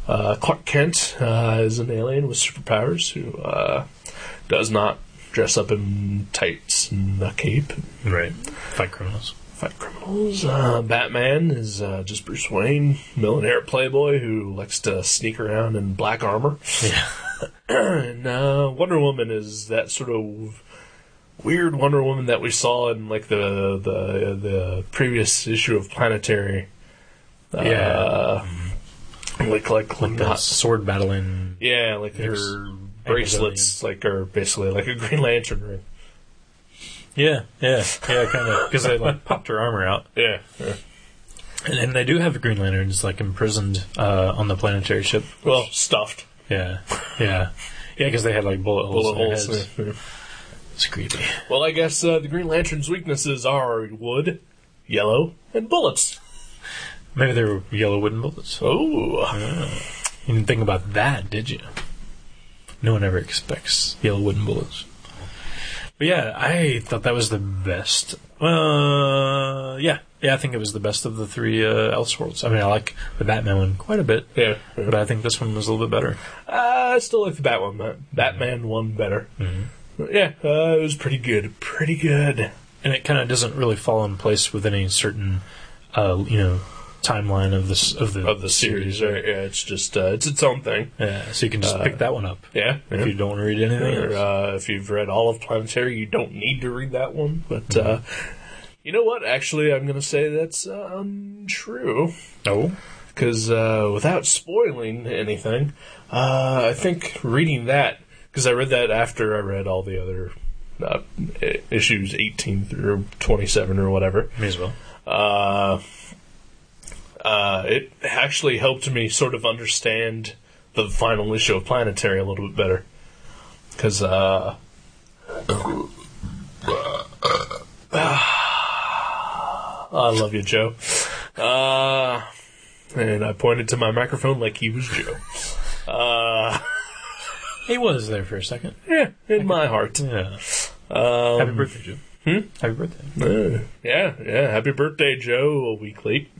Speaker 3: Uh, Clark Kent uh, is an alien with superpowers who uh, does not dress up in tights and a cape and
Speaker 4: Right. Fight criminals.
Speaker 3: fight criminals. Uh, Batman is uh, just Bruce Wayne, millionaire playboy who likes to sneak around in black armor.
Speaker 4: Yeah.
Speaker 3: [clears throat] And uh, Wonder Woman is that sort of weird Wonder Woman that we saw in like the the the previous issue of Planetary. Uh,
Speaker 4: Yeah.
Speaker 3: like like like
Speaker 4: The
Speaker 3: the
Speaker 4: sword battling.
Speaker 3: yeah, like
Speaker 4: Ex-
Speaker 3: her bracelets, like are basically like a Green Lantern ring.
Speaker 4: Yeah, yeah, yeah, kind of. Because they like popped her armor out,
Speaker 3: Yeah, yeah.
Speaker 4: and, and they do have Green Lanterns like imprisoned uh, on the planetary ship.
Speaker 3: well, stuffed
Speaker 4: Yeah, yeah, yeah. Because they had like bullet holes.
Speaker 3: bullet
Speaker 4: in their
Speaker 3: holes.
Speaker 4: heads.
Speaker 3: yeah.
Speaker 4: It's creepy.
Speaker 3: Well, I guess uh, the Green Lantern's weaknesses are wood, yellow, and bullets.
Speaker 4: Maybe they were yellow wooden bullets.
Speaker 3: Oh,
Speaker 4: You didn't think about that, did you? No one ever expects yellow wooden bullets. But yeah, I thought that was the best. Uh, yeah, yeah, I think it was the best of the three uh, Elseworlds. I mean, I like the Batman one quite a bit,
Speaker 3: yeah. yeah.
Speaker 4: but I think this one was a little bit better.
Speaker 3: I still like the Batman one. Batman one better. But yeah, uh, it was pretty good. Pretty good.
Speaker 4: and it kind of doesn't really fall in place with any certain, uh, you know, timeline of this of the
Speaker 3: Of the series, right? Yeah, it's just uh, it's its own thing.
Speaker 4: Yeah, so you can just pick that one up
Speaker 3: Yeah.
Speaker 4: if you don't want to read anything.
Speaker 3: Or,
Speaker 4: else.
Speaker 3: uh, if you've read all of Planetary, you don't need to read that one. But uh, you know what? Actually, I'm going to say that's uh, untrue.
Speaker 4: No,
Speaker 3: because uh, without spoiling anything, uh, I think reading that because I read that after I read all the other uh, i- issues, eighteen through twenty-seven or whatever.
Speaker 4: may as well.
Speaker 3: Uh, uh, it actually helped me sort of understand the final issue of Planetary a little bit better because. Uh, [sighs] I love you, Joe. Uh, and I pointed to my microphone like he was Joe.
Speaker 4: He was there for a second.
Speaker 3: Yeah, in my heart.
Speaker 4: Yeah. Happy birthday, Jim. Hmm? Happy birthday.
Speaker 3: Yeah, yeah. Happy birthday, Joe. A week late.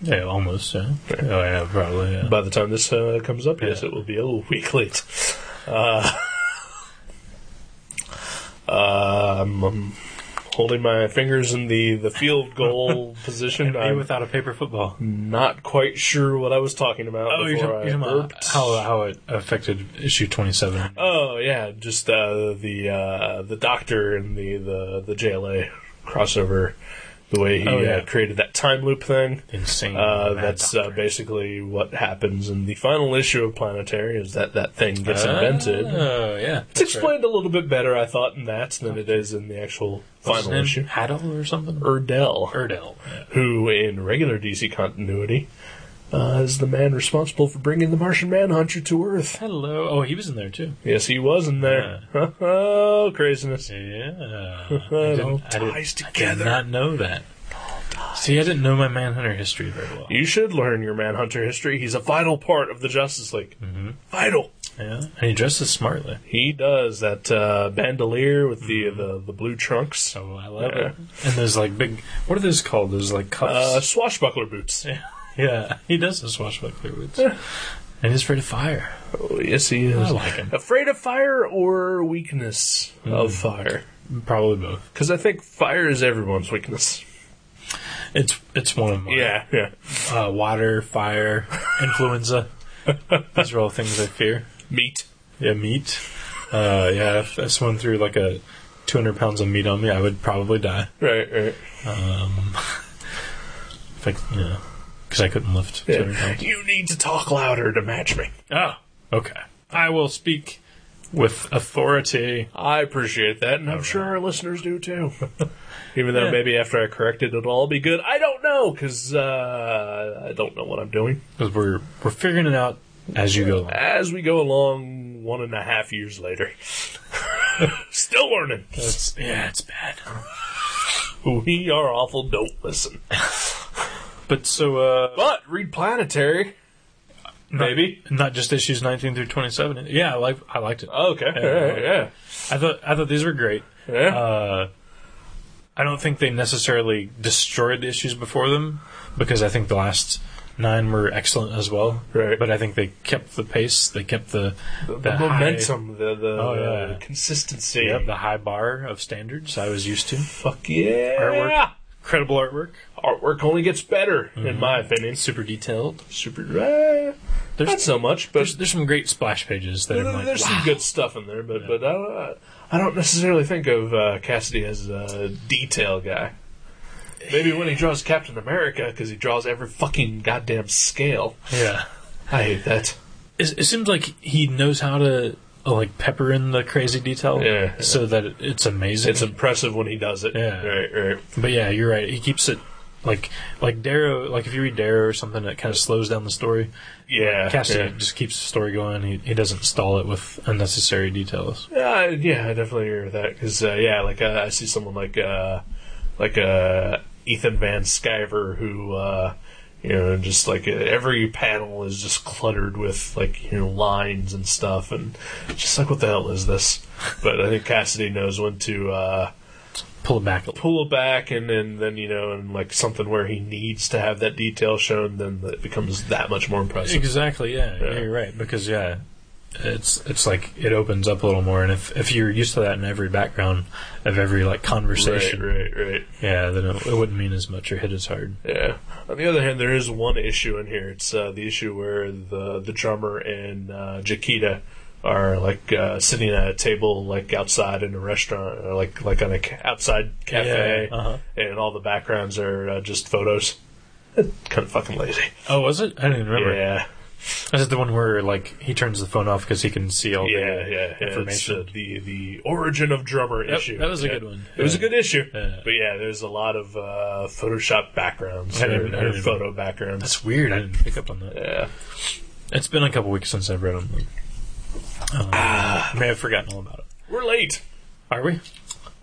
Speaker 4: Yeah, almost. Yeah. Oh yeah, probably. Yeah.
Speaker 3: By the time this uh, comes up, yes,
Speaker 4: Yeah.
Speaker 3: it will be a week [laughs] late. Uh, um, I'm holding my fingers in the, the field
Speaker 4: [laughs]
Speaker 3: goal position.
Speaker 4: Be
Speaker 3: I'm
Speaker 4: without a paper football.
Speaker 3: not quite sure what I was talking about
Speaker 4: Oh, you're
Speaker 3: before
Speaker 4: talking, you're
Speaker 3: I
Speaker 4: talking about
Speaker 3: burped.
Speaker 4: how how it affected issue twenty seven.
Speaker 3: Oh yeah, just uh, the uh, the doctor and the, the the JLA crossover, the way he
Speaker 4: Oh, yeah.
Speaker 3: uh, created that time loop thing.
Speaker 4: Insane.
Speaker 3: Uh,
Speaker 4: Mad
Speaker 3: that's uh,
Speaker 4: Doctor.
Speaker 3: basically what happens in the final issue of Planetary is that that thing gets
Speaker 4: Ah.
Speaker 3: invented.
Speaker 4: Oh yeah.
Speaker 3: It's explained a little bit better, I thought, in that than it is in the actual final issue.
Speaker 4: Haddle or something.
Speaker 3: Erdell,
Speaker 4: Erdel.
Speaker 3: who in regular DC continuity uh, is the man responsible for bringing the Martian Manhunter to Earth.
Speaker 4: Hello. Oh, he was in there too.
Speaker 3: Yes, he was in there. [laughs] oh, craziness.
Speaker 4: Yeah.
Speaker 3: [laughs] It all ties together.
Speaker 4: I did not know that. See, I didn't know my Manhunter history very well.
Speaker 3: You should learn your Manhunter history. He's a vital part of the Justice League. Vital.
Speaker 4: Mm-hmm. Yeah. And he dresses smartly.
Speaker 3: He does that uh, bandolier with the, the the blue trunks,
Speaker 4: So I love
Speaker 3: Yeah.
Speaker 4: it. And those like big, what are those called? Those like
Speaker 3: uh,
Speaker 4: cuffs.
Speaker 3: swashbuckler boots.
Speaker 4: [laughs] yeah. yeah. He does the swashbuckler boots. And he's afraid of fire.
Speaker 3: Oh, yes, he is.
Speaker 4: I like him.
Speaker 3: Afraid of fire or weakness of fire?
Speaker 4: Probably both.
Speaker 3: Because I think fire is everyone's weakness.
Speaker 4: It's it's one of mine.
Speaker 3: Yeah, yeah.
Speaker 4: Uh,
Speaker 3: [laughs]
Speaker 4: water, fire, influenza. These are all things I fear.
Speaker 3: Meat.
Speaker 4: Yeah, meat. Uh, yeah, if if someone threw like a 200 pounds of meat on me, I would probably die.
Speaker 3: Right, right.
Speaker 4: Um, if I, you know, because I couldn't lift 200
Speaker 3: Yeah.
Speaker 4: pounds.
Speaker 3: You need to talk louder to match me.
Speaker 4: Oh, okay. I will speak with authority.
Speaker 3: I appreciate that, and I'm sure our listeners do too. [laughs] Even though
Speaker 4: Yeah.
Speaker 3: maybe after I correct it, it'll all be good. I don't know because uh, I don't know what I'm doing.
Speaker 4: Because we're, we're figuring it out as you go along.
Speaker 3: As we go along, one and a half years later, [laughs] still learning.
Speaker 4: It's- yeah, it's bad.
Speaker 3: We are awful. Don't listen.
Speaker 4: But so, uh,
Speaker 3: But read Planetary. maybe.
Speaker 4: Not, not just issues 19 through 27. Yeah, I, like, I liked it.
Speaker 3: Oh, Okay.
Speaker 4: Yeah.
Speaker 3: Yeah. Yeah.
Speaker 4: I thought, I thought these were great.
Speaker 3: yeah.
Speaker 4: uh, I don't think they necessarily destroyed the issues before them because I think the last nine were excellent as well.
Speaker 3: Right.
Speaker 4: But I think they kept the pace. They kept the
Speaker 3: The, the
Speaker 4: high-
Speaker 3: momentum, the the,
Speaker 4: Oh, yeah.
Speaker 3: the consistency.
Speaker 4: yep, the high bar of standards I was used to.
Speaker 3: Fuck yeah!
Speaker 4: Artwork. Mm-hmm. Incredible artwork.
Speaker 3: Artwork only gets better, in my opinion.
Speaker 4: Super detailed.
Speaker 3: Super. Uh,
Speaker 4: There's-
Speaker 3: not so much, but
Speaker 4: There's, there's some great splash pages that
Speaker 3: There-
Speaker 4: are like,
Speaker 3: there's
Speaker 4: wow.
Speaker 3: some good stuff in there, but but I, don't- I don't necessarily think of uh, Cassidy as a detail guy. Maybe when he draws Captain America, because he draws every fucking goddamn scale.
Speaker 4: yeah.
Speaker 3: I hate that.
Speaker 4: It, it seems like he knows how to uh, like pepper in the crazy detail,
Speaker 3: Yeah.
Speaker 4: so that it, it's amazing.
Speaker 3: It's impressive when he does it.
Speaker 4: Yeah.
Speaker 3: Right. Right.
Speaker 4: But yeah, you're right. He keeps it like like Darrow. Like if you read Darrow or something, it kind of slows down the story.
Speaker 3: Yeah.
Speaker 4: Cassidy just keeps the story going. He, he doesn't stall it with unnecessary details.
Speaker 3: Yeah. Uh, yeah. I definitely agree with that. Because uh, yeah, like uh, I see someone like uh, like uh, Ethan Van Sciver who. Uh, you know, just like uh, every panel is just cluttered with like you know lines and stuff, and just like what the hell is this? But I think Cassidy knows when to uh,
Speaker 4: Pull it back a little.
Speaker 3: pull it back, and then then you know, and like something where he needs to have that detail shown, then it becomes that much more impressive.
Speaker 4: Exactly. Yeah, yeah.
Speaker 3: Yeah.
Speaker 4: You're right because yeah, it's it's like it opens up a little more. And if if you're used to that in every background of every like
Speaker 3: Right,
Speaker 4: conversation,
Speaker 3: right, right.
Speaker 4: yeah, then it, it wouldn't mean as much or hit as hard.
Speaker 3: Yeah. On the other hand, there is one issue in here. It's uh, the issue where the the drummer and uh, Jaquita are like uh, sitting at a table like outside in a restaurant, or, like like on a ca- outside cafe,
Speaker 4: Yeah, uh-huh.
Speaker 3: and all the backgrounds are uh, just
Speaker 4: [laughs]
Speaker 3: photos. kind of fucking lazy.
Speaker 4: Oh, was it? I don't even remember.
Speaker 3: Yeah,
Speaker 4: Is it the one where like he turns the phone off because he can see all
Speaker 3: yeah, yeah.
Speaker 4: the
Speaker 3: yeah. It's
Speaker 4: information?
Speaker 3: uh, the the origin of drummer
Speaker 4: Yep,
Speaker 3: issue.
Speaker 4: that was a
Speaker 3: Yeah.
Speaker 4: good one.
Speaker 3: It was a
Speaker 4: Yeah.
Speaker 3: good issue.
Speaker 4: Yeah.
Speaker 3: But yeah, there's a lot of uh, Photoshop backgrounds
Speaker 4: I
Speaker 3: or,
Speaker 4: didn't- I
Speaker 3: or
Speaker 4: didn't even-
Speaker 3: photo backgrounds.
Speaker 4: That's weird. I didn't pick up on that.
Speaker 3: Yeah.
Speaker 4: It's been a couple weeks since I've read them. I may have forgotten all about it.
Speaker 3: We're late.
Speaker 4: Are we?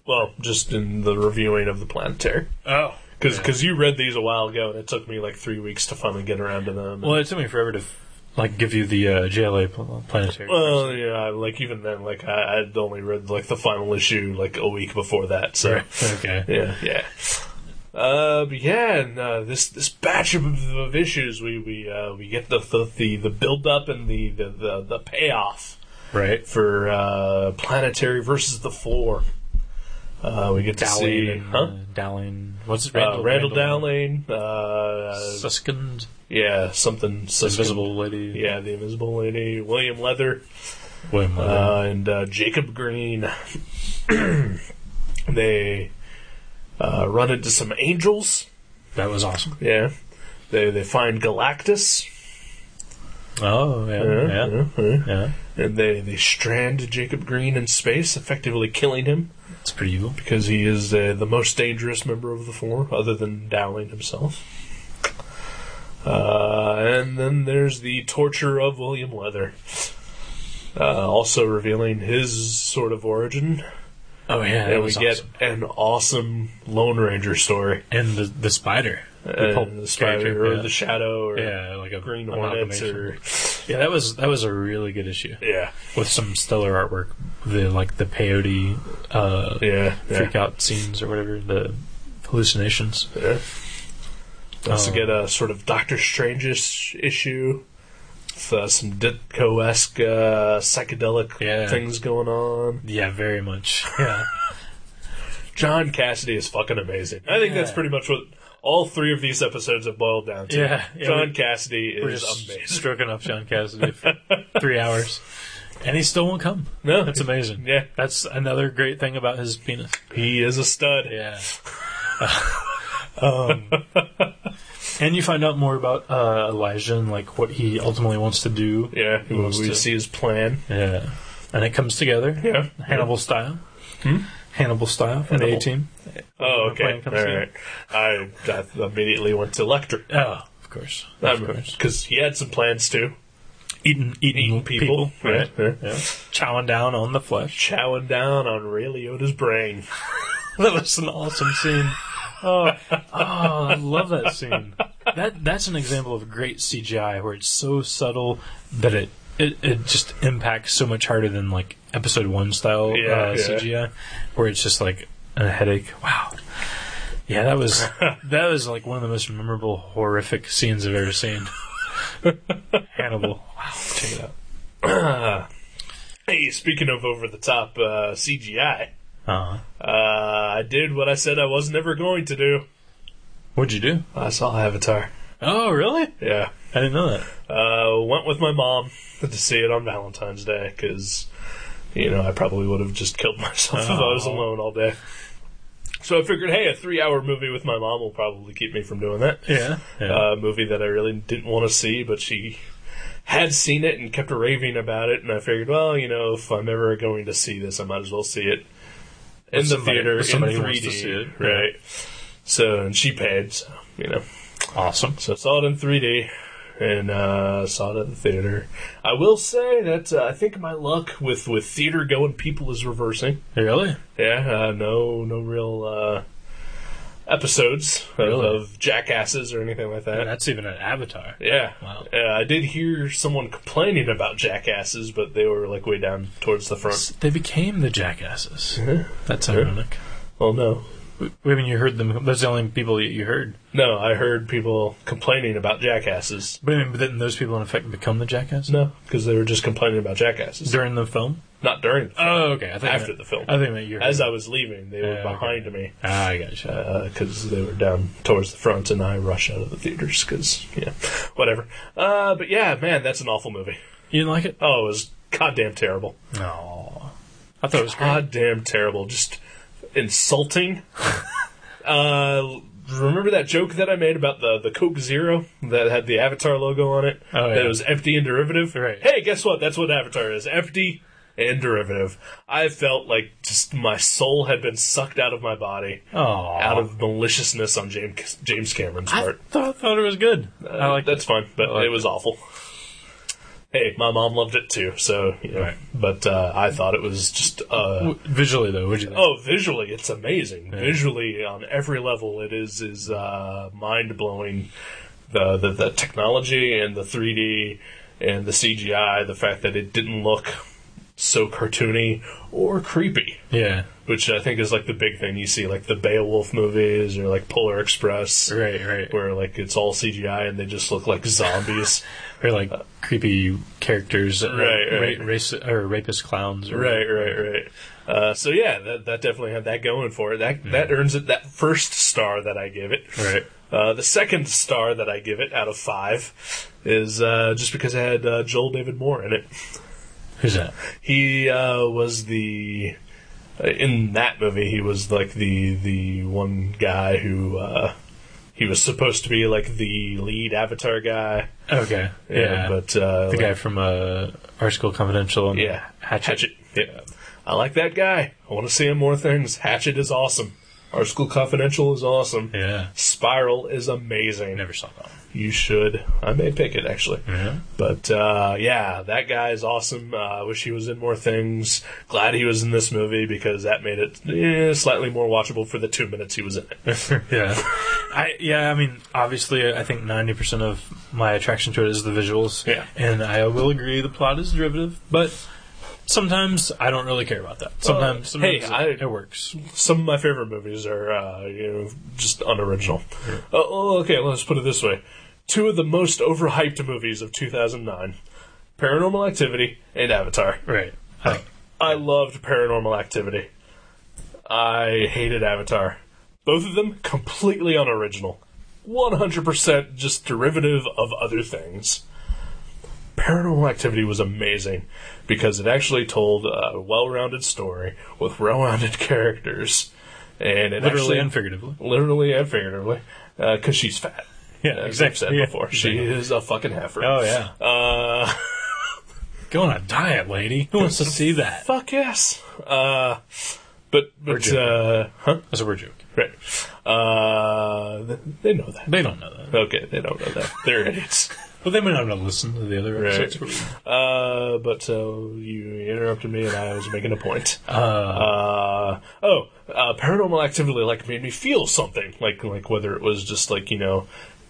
Speaker 3: Well, just in the reviewing of the planetary.
Speaker 4: Oh.
Speaker 3: Because you read these a while ago, and it took me like three weeks to finally get around to them.
Speaker 4: Well, it took me forever to like give you the uh, JLA pl- planetary.
Speaker 3: Well, yeah, like even then, like I, I'd only read like the final issue like a week before that. So
Speaker 4: okay.
Speaker 3: yeah, yeah. Uh, but yeah, and uh, this this batch of, of issues, we we uh, we get the the the, the build up and the the, the the payoff.
Speaker 4: Right.
Speaker 3: for uh, Planetary versus the Four. Uh, we get to see
Speaker 4: and,
Speaker 3: huh?
Speaker 4: uh, Dowling. What's it?
Speaker 3: Randall, uh, Randall Dowling. Uh,
Speaker 4: Suskind.
Speaker 3: yeah, something Susskind.
Speaker 4: Invisible Lady.
Speaker 3: Yeah, the Invisible Lady, William Leather,
Speaker 4: William Leather.
Speaker 3: uh, and uh, Jacob Green. [coughs] they uh, run into some angels.
Speaker 4: that was awesome.
Speaker 3: Yeah, they they find Galactus,
Speaker 4: Oh yeah.
Speaker 3: Yeah,
Speaker 4: Yeah. Yeah.
Speaker 3: and they they strand Jacob Green in space, effectively killing him.
Speaker 4: It's pretty evil.
Speaker 3: because he is uh, the most dangerous member of the four, other than Dowling himself. Uh, and then there's the torture of William Leather, uh, also revealing his sort of origin.
Speaker 4: Oh yeah. That
Speaker 3: and we
Speaker 4: was
Speaker 3: get
Speaker 4: awesome.
Speaker 3: an awesome Lone Ranger story.
Speaker 4: and the the spider.
Speaker 3: Uh,
Speaker 4: pulp
Speaker 3: the spider,
Speaker 4: character,
Speaker 3: or
Speaker 4: yeah.
Speaker 3: the shadow, or
Speaker 4: Yeah, like a
Speaker 3: green hornets,
Speaker 4: amalgamation.
Speaker 3: or
Speaker 4: [laughs] Yeah, that was that was a really good issue
Speaker 3: yeah,
Speaker 4: with some stellar artwork. The like the peyote uh,
Speaker 3: yeah, yeah.
Speaker 4: freak out scenes or whatever the hallucinations.
Speaker 3: yeah. We also
Speaker 4: Um,
Speaker 3: get a sort of Doctor Strange-ish issue with uh, some Ditko-esque uh, psychedelic
Speaker 4: Yeah.
Speaker 3: things going on.
Speaker 4: Yeah, very much. Yeah,
Speaker 3: John Cassidy is fucking amazing. I think that's
Speaker 4: Yeah.
Speaker 3: pretty much what all three of these episodes have boiled down to.
Speaker 4: Yeah, yeah,
Speaker 3: John
Speaker 4: we-
Speaker 3: Cassidy
Speaker 4: [laughs] we're
Speaker 3: is
Speaker 4: just
Speaker 3: amazing.
Speaker 4: stroking up John Cassidy for [laughs] three hours, and he still won't come.
Speaker 3: No.
Speaker 4: that's amazing.
Speaker 3: Yeah.
Speaker 4: that's another great thing about his penis.
Speaker 3: He is a stud.
Speaker 4: Yeah. [laughs] um, and you find out more about uh, Elijah and like what he ultimately wants to do.
Speaker 3: Yeah, we,
Speaker 4: wants
Speaker 3: we
Speaker 4: to-
Speaker 3: see his plan.
Speaker 4: Yeah, and it comes together.
Speaker 3: Yeah.
Speaker 4: Hannibal style. Hannibal style from the
Speaker 3: Hannibal.
Speaker 4: A Team.
Speaker 3: Oh,
Speaker 4: When
Speaker 3: okay.
Speaker 4: the plan
Speaker 3: All
Speaker 4: comes
Speaker 3: right. I, I immediately went to Lecter.
Speaker 4: Oh, of course, of course.
Speaker 3: Because he had some plans too.
Speaker 4: Eating, eating,
Speaker 3: Eating people,
Speaker 4: people,
Speaker 3: right,
Speaker 4: right?
Speaker 3: right.
Speaker 4: Yeah. Chowing down on the flesh.
Speaker 3: Chowing down on Ray Liotta's brain. [clears throat]
Speaker 4: That was an awesome scene. Oh, oh, I love that scene. That that's an example of great CGI where it's so subtle that it it, it just impacts so much harder than like episode one style
Speaker 3: Yeah,
Speaker 4: uh,
Speaker 3: yeah.
Speaker 4: CGI, where it's just like a headache. Wow. Yeah, that [laughs] was that was like one of the most memorable horrific scenes I've ever [laughs] seen. Hannibal. Wow, check it out.
Speaker 3: Hey, speaking of over the top uh, CGI,
Speaker 4: Uh,
Speaker 3: uh, I did what I said I was never going to do.
Speaker 4: what'd you do?
Speaker 3: I saw Avatar.
Speaker 4: Oh, really?
Speaker 3: Yeah.
Speaker 4: I didn't know that.
Speaker 3: Uh, went with my mom [laughs] to see it on Valentine's Day because, you know, I probably would have just killed [laughs] myself if I was
Speaker 4: Oh.
Speaker 3: alone all day. So I figured, hey, a three hour movie with my mom will probably keep me from doing that.
Speaker 4: Yeah. Uh, yeah.
Speaker 3: A uh, movie that I really didn't want to see, but she had seen it and kept raving about it, and I figured, well, you know, if I'm ever going to see this, I might as well see it in the
Speaker 4: With somebody-
Speaker 3: theater
Speaker 4: with somebody
Speaker 3: in
Speaker 4: who wants
Speaker 3: 3D,
Speaker 4: to see it, yeah.
Speaker 3: right? So and she paid, so you know.
Speaker 4: awesome.
Speaker 3: So I saw it in 3D and uh, saw it at the theater. I will say that uh, I think my luck with, with theater going people is reversing.
Speaker 4: Really?
Speaker 3: Yeah, uh, no no real uh, episodes of,
Speaker 4: Really?
Speaker 3: of jackasses or anything like that.
Speaker 4: That's even an avatar.
Speaker 3: Yeah.
Speaker 4: Wow.
Speaker 3: Yeah, I did hear someone complaining about jackasses, but they were like way down towards the front.
Speaker 4: They became the jackasses. That's ironic.
Speaker 3: Well, no.
Speaker 4: I mean, you heard them. That's the only people that you heard.
Speaker 3: No, I heard people complaining about jackasses.
Speaker 4: But, I mean, but didn't those people in effect become the jackasses
Speaker 3: No, because they were just complaining about jackasses.
Speaker 4: during the film?
Speaker 3: Not during the film.
Speaker 4: Oh, okay. I think
Speaker 3: After
Speaker 4: that-
Speaker 3: the film.
Speaker 4: I think that you heard.
Speaker 3: As I was leaving, they were
Speaker 4: Yeah, okay.
Speaker 3: behind me.
Speaker 4: ah, I gotcha.
Speaker 3: because they were down towards the front, and I rushed out of the theaters because yeah, [laughs] whatever. Uh, but yeah, man, that's an awful movie.
Speaker 4: You didn't like it?
Speaker 3: Oh, it was goddamn terrible.
Speaker 4: No. I thought it was great.
Speaker 3: Goddamn terrible. Just
Speaker 4: [laughs]
Speaker 3: insulting. uh, remember that joke that I made about the the Coke Zero that had the Avatar logo on it?
Speaker 4: Oh, yeah.
Speaker 3: That was empty and derivative.
Speaker 4: Right.
Speaker 3: Hey, guess what? That's what Avatar is. Empty. And derivative. I felt like just my soul had been sucked out of my body.
Speaker 4: Aw.
Speaker 3: out of maliciousness on James James Cameron's
Speaker 4: Oh. I
Speaker 3: part.
Speaker 4: thought, thought it was good. I like
Speaker 3: That's fine, but
Speaker 4: I liked
Speaker 3: it was awful. Hey, my mom loved it too, so you know.
Speaker 4: Right.
Speaker 3: But uh, I thought it was just uh,
Speaker 4: W- visually though. What'd you think?
Speaker 3: oh, visually it's amazing. Visually on every level, it is is uh, mind blowing. The, the the technology and the 3D and the CGI, the fact that it didn't look so cartoony or creepy
Speaker 4: yeah,
Speaker 3: which I think is like the big thing you see, like the Beowulf movies or like Polar Express,
Speaker 4: right, right.
Speaker 3: where like it's all CGI and they just look like
Speaker 4: [laughs]
Speaker 3: zombies.
Speaker 4: Or like creepy characters, uh,
Speaker 3: Right,
Speaker 4: ra-
Speaker 3: right.
Speaker 4: race or rapist clowns, or
Speaker 3: right, right, right. Uh, so yeah, that, that definitely had that going for it. That that earns it that first star that I give it.
Speaker 4: right.
Speaker 3: Uh, the second star that I give it out of five is uh, just because I had uh, Joel David Moore in it.
Speaker 4: Who's that?
Speaker 3: He uh, was the uh, in that movie. He was like the the one guy who uh, he was supposed to be like the lead Avatar guy.
Speaker 4: Okay, yeah,
Speaker 3: but uh,
Speaker 4: the guy from uh, Our School Confidential, and
Speaker 3: yeah,
Speaker 4: Hatchet.
Speaker 3: Yeah, I like that guy. I want to see him more things. Hatchet is awesome. Our School Confidential is awesome.
Speaker 4: yeah.
Speaker 3: Spiral is amazing.
Speaker 4: I never saw that. one.
Speaker 3: You should. I may pick it actually.
Speaker 4: Yeah.
Speaker 3: But uh, yeah, that guy is awesome. Uh, I wish he was in more things. Glad he was in this movie because that made it eh, slightly more watchable for the two minutes he was in it.
Speaker 4: [laughs]
Speaker 3: [laughs]
Speaker 4: yeah, I yeah. I mean, obviously, I think ninety percent of my attraction to it is the visuals.
Speaker 3: Yeah.
Speaker 4: and I will agree the plot is derivative, but sometimes I don't really care about that. Sometimes,
Speaker 3: hey,
Speaker 4: sometimes
Speaker 3: I-
Speaker 4: it, it works.
Speaker 3: Some of my favorite movies are uh, you know just unoriginal. Oh, oh, okay, let's put it this way: two of the most overhyped movies of 2009, Paranormal Activity and Avatar.
Speaker 4: Right. I,
Speaker 3: I loved Paranormal Activity. I hated Avatar. Both of them completely unoriginal. 100% just derivative of other things. Paranormal Activity was amazing because it actually told a well rounded story with well rounded [laughs] characters. And it
Speaker 4: literally
Speaker 3: actually,
Speaker 4: and figuratively.
Speaker 3: literally and figuratively, because she's fat.
Speaker 4: Yeah,
Speaker 3: As I've said before, she is a fucking heifer.
Speaker 4: Oh yeah.
Speaker 3: Uh,
Speaker 4: Go on a diet, lady. Who wants to see that?
Speaker 3: Fuck yes. Uh, but but
Speaker 4: joking.
Speaker 3: uh, huh?
Speaker 4: That's a weird joke.
Speaker 3: Right. Uh, th- they know that.
Speaker 4: They don't know that,
Speaker 3: Okay, they don't know that. They're idiots.
Speaker 4: but they may not have listened to the other
Speaker 3: Right.
Speaker 4: episodes.
Speaker 3: Uh, but so you interrupted me, and I was making a point.
Speaker 4: Uh,
Speaker 3: Uh, oh, uh, paranormal activity like made me feel something, like like whether it was just like you know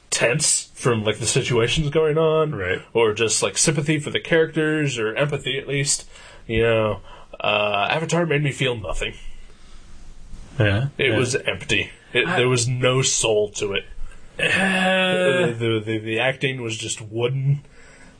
Speaker 3: tense from like the situations going on,
Speaker 4: Right.
Speaker 3: or just like sympathy for the characters or empathy at least. You know, uh, Avatar made me feel nothing.
Speaker 4: Yeah.
Speaker 3: It
Speaker 4: yeah.
Speaker 3: was empty. It, there was no soul to it.
Speaker 4: Uh.
Speaker 3: the, the, the, the acting was just wooden.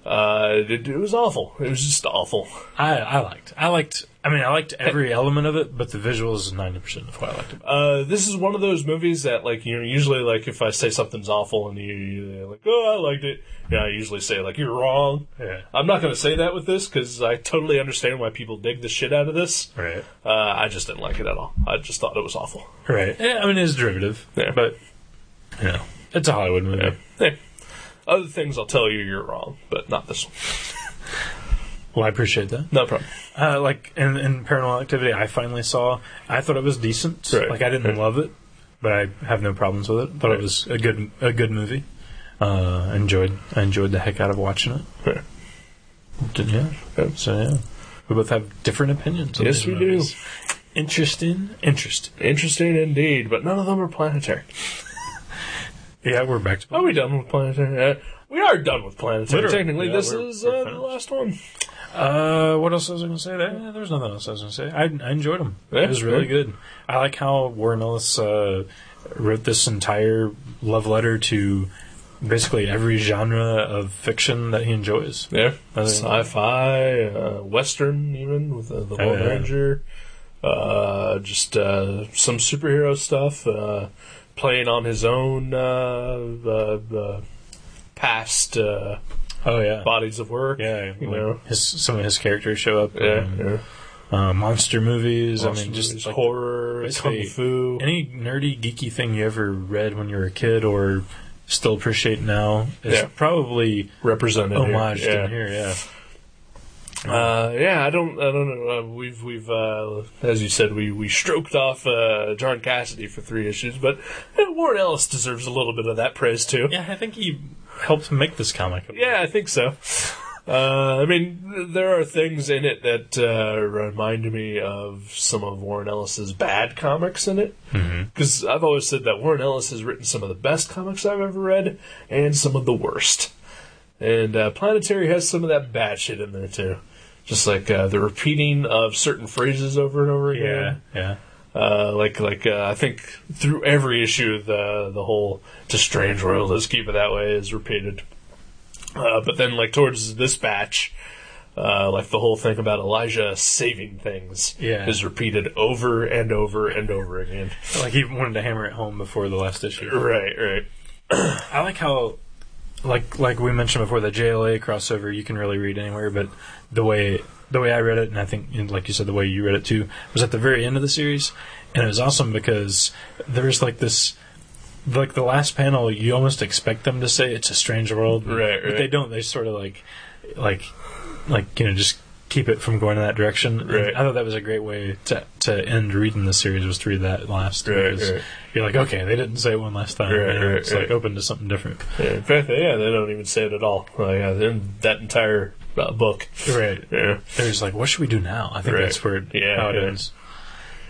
Speaker 3: Uh, it, it was awful. It was just awful.
Speaker 4: I, I liked. I liked. I mean, I liked every element of it, but the visuals is ninety percent of what I liked about.
Speaker 3: Uh, this is one of those movies that, like, you know, usually, like, if I say something's awful and you, you're like, oh, I liked it, you know, I usually say, like, you're wrong.
Speaker 4: it. Yeah.
Speaker 3: I'm not going to say that with this because I totally understand why people dig the shit out of this.
Speaker 4: Right.
Speaker 3: Uh, I just didn't like it at all. I just thought it was awful.
Speaker 4: Right. Yeah, I mean, it's derivative,
Speaker 3: Yeah.
Speaker 4: but you know, it's a Hollywood movie.
Speaker 3: Eh. Other things I'll tell you you're wrong, but not this one.
Speaker 4: Well, I appreciate that.
Speaker 3: No problem.
Speaker 4: Uh, like in, in Paranormal Activity, I finally saw. I thought it was decent.
Speaker 3: Right.
Speaker 4: Like I didn't
Speaker 3: Right.
Speaker 4: love it, but I have no problems with it. Thought
Speaker 3: Right.
Speaker 4: it was a good a good movie. Uh, enjoyed I enjoyed the heck out of watching it.
Speaker 3: Right.
Speaker 4: Did yeah.
Speaker 3: Yeah.
Speaker 4: So yeah, we both have different opinions. on
Speaker 3: Yes,
Speaker 4: these
Speaker 3: we do.
Speaker 4: movies. Interesting. Interesting.
Speaker 3: Interesting indeed, but none of them are planetary.
Speaker 4: Yeah, we're back to.
Speaker 3: Are we done with planetary? Uh, we are done with planetary.
Speaker 4: Literally.
Speaker 3: Technically,
Speaker 4: Yeah,
Speaker 3: this
Speaker 4: we're-
Speaker 3: is
Speaker 4: we're
Speaker 3: uh, the
Speaker 4: finished.
Speaker 3: last one.
Speaker 4: Uh, what else was I going to say? There, there was nothing else I was going to say. I, I enjoyed them.
Speaker 3: Yeah,
Speaker 4: it was really
Speaker 3: yeah.
Speaker 4: good. I like how Warren Ellis uh, wrote this entire love letter to basically every genre of fiction that he enjoys.
Speaker 3: Yeah,
Speaker 4: I think-
Speaker 3: sci-fi, uh, western, even with uh, the
Speaker 4: Oh,
Speaker 3: Lone
Speaker 4: yeah.
Speaker 3: Ranger, uh, just uh, some superhero stuff, uh, playing on his own uh, uh, uh, past uh,
Speaker 4: Oh yeah,
Speaker 3: bodies of work.
Speaker 4: yeah.
Speaker 3: you
Speaker 4: like
Speaker 3: know.
Speaker 4: his, some of his characters show up.
Speaker 3: Yeah,
Speaker 4: in,
Speaker 3: yeah.
Speaker 4: Uh, monster movies. I mean, just
Speaker 3: Monsters,
Speaker 4: like
Speaker 3: horror, kung
Speaker 4: basically
Speaker 3: fu.
Speaker 4: any nerdy, geeky thing you ever read when you were a kid or still appreciate now is
Speaker 3: Yeah.
Speaker 4: probably
Speaker 3: represented here.
Speaker 4: homaged
Speaker 3: Yeah.
Speaker 4: in here. Yeah.
Speaker 3: Uh, yeah, I don't, I don't know. Uh, we've, we've, uh, as you said, we, we stroked off, uh, John Cassidy for three issues, but eh, Warren Ellis deserves a little bit of that praise too.
Speaker 4: Yeah, I think he helped make this comic.
Speaker 3: Yeah, I think so. Uh, I mean, th- there are things in it that, uh, remind me of some of Warren Ellis's bad comics in it. Because I've always said that Warren Ellis has written some of the best comics I've ever read and some of the worst. And uh, Planetary has some of that bad shit in there too. Just like uh, the repeating of certain phrases over and over
Speaker 4: yeah,
Speaker 3: again.
Speaker 4: yeah.
Speaker 3: Uh, like like uh, I think through every issue the the whole to strange world let's keep it that way is repeated. Uh, but then like towards this batch, uh, like the whole thing about Elijah saving things
Speaker 4: Yeah.
Speaker 3: is repeated over and over and over again. [laughs]
Speaker 4: Like he wanted to hammer it home before the last issue.
Speaker 3: Right, right.
Speaker 4: I like how, like like we mentioned before, the JLA crossover you can really read anywhere, but the way the way I read it, and I think and like you said, the way you read it too, was at the very end of the series, and it was awesome because there was like this. Like the last panel, you almost expect them to say it's a strange world,
Speaker 3: Right,
Speaker 4: But
Speaker 3: right.
Speaker 4: they don't. They sort of like, like, like you know, just keep it from going in that direction. And
Speaker 3: Right.
Speaker 4: I thought that was a great way to to end reading the series was through that last.
Speaker 3: Right,
Speaker 4: because
Speaker 3: right.
Speaker 4: You're like, okay, they didn't say it one last time.
Speaker 3: Right,
Speaker 4: you know,
Speaker 3: right,
Speaker 4: it's
Speaker 3: right.
Speaker 4: like open to something different.
Speaker 3: Yeah, in fact, yeah, they don't even say it at all. Like uh, they're- that entire uh, book.
Speaker 4: Right.
Speaker 3: Yeah.
Speaker 4: They're just like, what should we do now? I think
Speaker 3: Right.
Speaker 4: that's where
Speaker 3: Yeah,
Speaker 4: how it
Speaker 3: yeah.
Speaker 4: ends.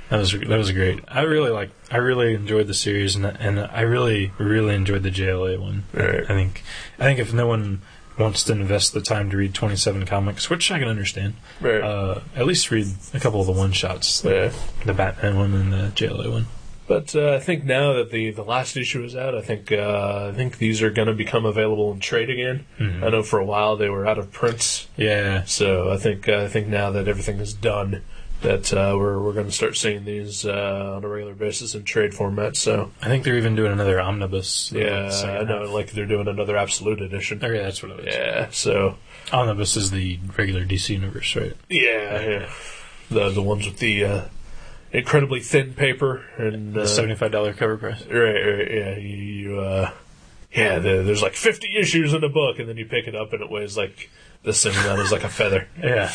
Speaker 4: That was that was great. I really like. I really enjoyed the series, and and I really really enjoyed the JLA one.
Speaker 3: Right.
Speaker 4: I think I think if no one wants to invest the time to read 27 comics, which I can understand,
Speaker 3: Right.
Speaker 4: uh, at least read a couple of the one shots,
Speaker 3: yeah.
Speaker 4: the Batman one and the JLA one.
Speaker 3: But uh, I think now that the, the last issue is out, I think uh, I think these are going to become available in trade again.
Speaker 4: Mm-hmm.
Speaker 3: I know for a while they were out of print,
Speaker 4: Yeah,
Speaker 3: so I think uh, I think now that everything is done, that uh, we're we're going to start seeing these uh, on a regular basis in trade format. So
Speaker 4: I think they're even doing another omnibus. uh,
Speaker 3: yeah,
Speaker 4: Second
Speaker 3: I know
Speaker 4: half.
Speaker 3: like they're doing another Absolute edition.
Speaker 4: Okay, that's what it was.
Speaker 3: Yeah, so
Speaker 4: Omnibus is the regular DC universe, right?
Speaker 3: yeah, yeah. the the ones with the uh, incredibly thin paper and
Speaker 4: The
Speaker 3: uh,
Speaker 4: seventy-five dollar cover price.
Speaker 3: Right, right, yeah. You, you uh, yeah, there, there's like 50 issues in a book, and then you pick it up and it weighs like the same amount as like a feather.
Speaker 4: [laughs]
Speaker 3: [laughs]
Speaker 4: Yeah.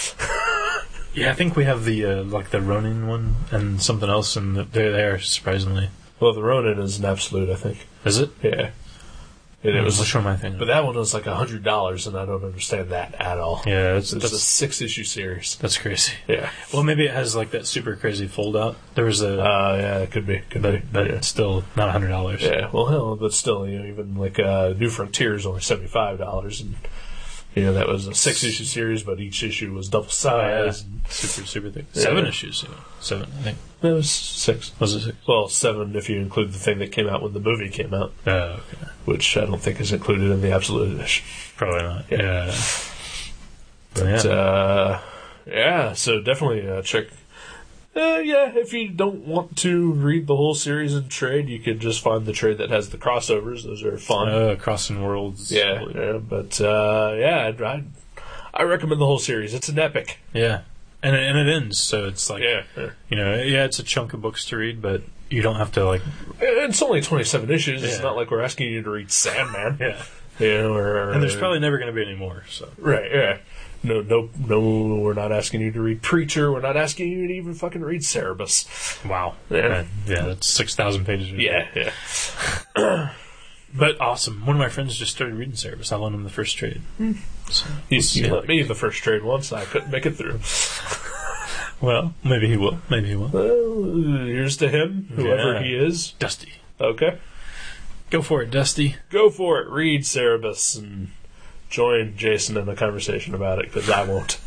Speaker 4: Yeah, I think we have the uh, like the Ronin one and something else, and they're there surprisingly.
Speaker 3: Well, the Ronin is an absolute, I think.
Speaker 4: Is it?
Speaker 3: Yeah. And it was,
Speaker 4: which one am I thinking?
Speaker 3: but
Speaker 4: of?
Speaker 3: that one was like $100, and I don't understand that at all.
Speaker 4: yeah, that's
Speaker 3: It's a
Speaker 4: that's,
Speaker 3: six issue series.
Speaker 4: that's crazy.
Speaker 3: Yeah.
Speaker 4: Well, maybe it has like that super crazy fold out. There was a,
Speaker 3: Uh, yeah, it could be. Could be.
Speaker 4: but but
Speaker 3: yeah.
Speaker 4: still not hundred dollars.
Speaker 3: Yeah, well, hell, but still, you know, even like uh, New Frontier is only seventy five dollars, and You know, that was a six issue series, but each issue was double sized.
Speaker 4: Uh, Super, super thick.
Speaker 3: Yeah.
Speaker 4: Seven issues. yeah. Seven, I think.
Speaker 3: That was six.
Speaker 4: Was it six?
Speaker 3: Well, seven if you include the thing that came out when the movie came out,
Speaker 4: Oh, okay.
Speaker 3: which I don't think is included in the absolute edition.
Speaker 4: Probably not.
Speaker 3: Yeah.
Speaker 4: Yeah.
Speaker 3: But,
Speaker 4: yeah.
Speaker 3: uh, yeah, so definitely uh, check. Uh, yeah, if you don't want to read the whole series in trade, you could just find the trade that has the crossovers. Those are fun.
Speaker 4: Uh, crossing worlds.
Speaker 3: yeah, yeah, but uh, yeah, I'd, I'd, I recommend the whole series. It's an epic.
Speaker 4: Yeah. And it, and it ends, so it's like
Speaker 3: Yeah, yeah.
Speaker 4: you know, yeah, it's a chunk of books to read, but you don't have to like
Speaker 3: it's only twenty-seven issues. It's
Speaker 4: Yeah.
Speaker 3: not like we're asking you to read Sandman.
Speaker 4: [laughs] yeah.
Speaker 3: You know, or,
Speaker 4: And there's probably never going to be any more. So
Speaker 3: Right, yeah. No, no, no, we're not asking you to read Preacher. We're not asking you to even fucking read Cerebus.
Speaker 4: wow,
Speaker 3: Yeah.
Speaker 4: yeah, yeah that's six thousand pages.
Speaker 3: Yeah, yeah.
Speaker 4: but awesome. One of my friends just started reading Service. I loaned him the first trade.
Speaker 3: Hmm.
Speaker 4: So,
Speaker 3: You,
Speaker 4: yeah.
Speaker 3: you let me the first trade once, and I couldn't make it through.
Speaker 4: Well, maybe he will. Maybe he will.
Speaker 3: Well, here's to him, whoever
Speaker 4: Yeah.
Speaker 3: he is.
Speaker 4: Dusty,
Speaker 3: Okay,
Speaker 4: go for
Speaker 3: [laughs]
Speaker 4: it, Dusty.
Speaker 3: go for it. Read Cerebus and join Jason in a conversation about it because I won't.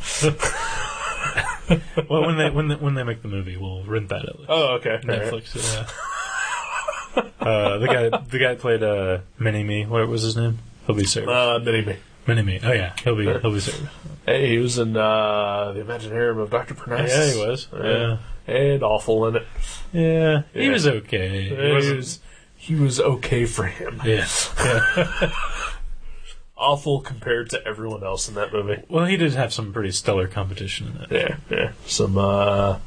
Speaker 4: Well, when they when they, when they make the movie, we'll rent that at least.
Speaker 3: Oh, okay.
Speaker 4: Netflix. Yeah. uh, the guy the guy played uh, Mini Me. What was his name? He'll be Service.
Speaker 3: Uh, mini me.
Speaker 4: Mini Me. Oh yeah, he'll be he'll be Service.
Speaker 3: Hey, he was in uh, the Imaginarium of Doctor Parnassus.
Speaker 4: Yeah, he was. Yeah.
Speaker 3: and awful in it.
Speaker 4: Yeah, he
Speaker 3: Yeah.
Speaker 4: was okay.
Speaker 3: He was, he was okay for him. [laughs]
Speaker 4: Yeah.
Speaker 3: Awful compared to everyone else in that movie.
Speaker 4: [laughs] Well, he did have some pretty stellar competition in that.
Speaker 3: Yeah, yeah. Some uh,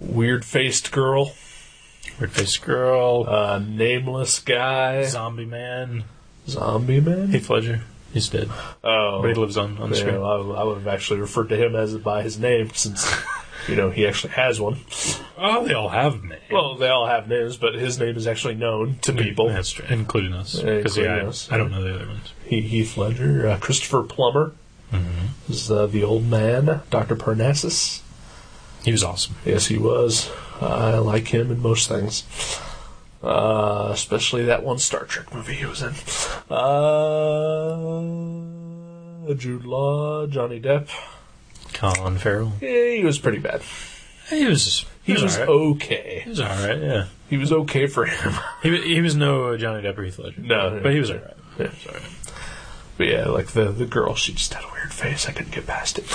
Speaker 3: weird faced girl,
Speaker 4: Weird Face Girl,
Speaker 3: uh, nameless guy,
Speaker 4: Zombie Man,
Speaker 3: zombie man.
Speaker 4: Heath Ledger. He's dead,
Speaker 3: oh,
Speaker 4: but he lives on on the
Speaker 3: yeah,
Speaker 4: screen.
Speaker 3: I, I would have actually referred to him as by his name since. You know, he actually has [laughs] one.
Speaker 4: Oh, they all have names.
Speaker 3: Well, they all have names, but his name is actually known to people.
Speaker 4: That's true, including us.
Speaker 3: Yeah,
Speaker 4: Because
Speaker 3: including
Speaker 4: yeah,
Speaker 3: us.
Speaker 4: I, I don't know the other ones.
Speaker 3: He- Heath Ledger, uh, Christopher Plummer is uh, the old man, Doctor Parnassus.
Speaker 4: He was awesome.
Speaker 3: Yes, he was. I like him in most things, uh, especially that one Star Trek movie he was in. Uh, Jude Law, Johnny Depp.
Speaker 4: Colin Farrell.
Speaker 3: Yeah, he was pretty bad.
Speaker 4: He was.
Speaker 3: He was
Speaker 4: all right.
Speaker 3: okay.
Speaker 4: He was all right. Yeah.
Speaker 3: He was okay for him. [laughs]
Speaker 4: He wa- he was no uh, Johnny Depp or Heath Ledger.
Speaker 3: No,
Speaker 4: but he was all right.
Speaker 3: Yeah, sorry. But yeah, like the the girl, she just had a weird face. I couldn't get past it.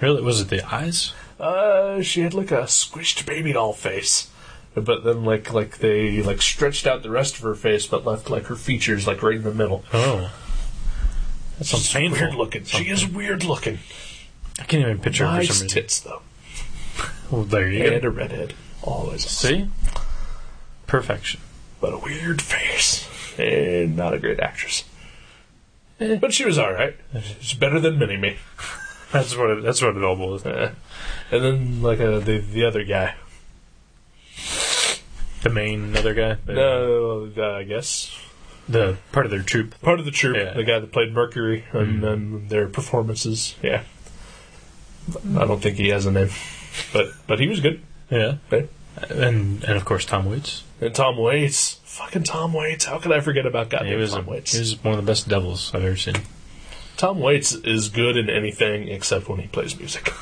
Speaker 4: Really, was it the eyes?
Speaker 3: Uh, she had like a squished baby doll face, but then like like they like stretched out the rest of her face, but left like her features like right in the middle.
Speaker 4: Oh, that sounds painful.
Speaker 3: Weird looking. She is weird looking.
Speaker 4: I can't even picture her for
Speaker 3: Nice
Speaker 4: some reason.
Speaker 3: tits though,
Speaker 4: Well, there you
Speaker 3: and
Speaker 4: go.
Speaker 3: a redhead always,
Speaker 4: See, perfection.
Speaker 3: but a weird face and Eh, not a great actress. Eh, But she was all right. She's better than Mini Me.
Speaker 4: That's what it, that's what it all boils down.
Speaker 3: Uh, and then like uh, the the other guy.
Speaker 4: The main other guy,
Speaker 3: Eh.
Speaker 4: the,
Speaker 3: No, uh, I guess
Speaker 4: the part of their troop.
Speaker 3: part of the troop,
Speaker 4: Yeah.
Speaker 3: the guy that played Mercury, and then their performances. Mm-hmm. Yeah, I don't think he has a name, but but he was good.
Speaker 4: Yeah,
Speaker 3: Right?
Speaker 4: and and of course Tom Waits.
Speaker 3: And Tom Waits, fucking Tom Waits. How could I forget about goddamn
Speaker 4: He was
Speaker 3: Tom
Speaker 4: a-
Speaker 3: Waits?
Speaker 4: he was one of the best devils I've ever seen.
Speaker 3: Tom Waits is good in anything except when he plays music.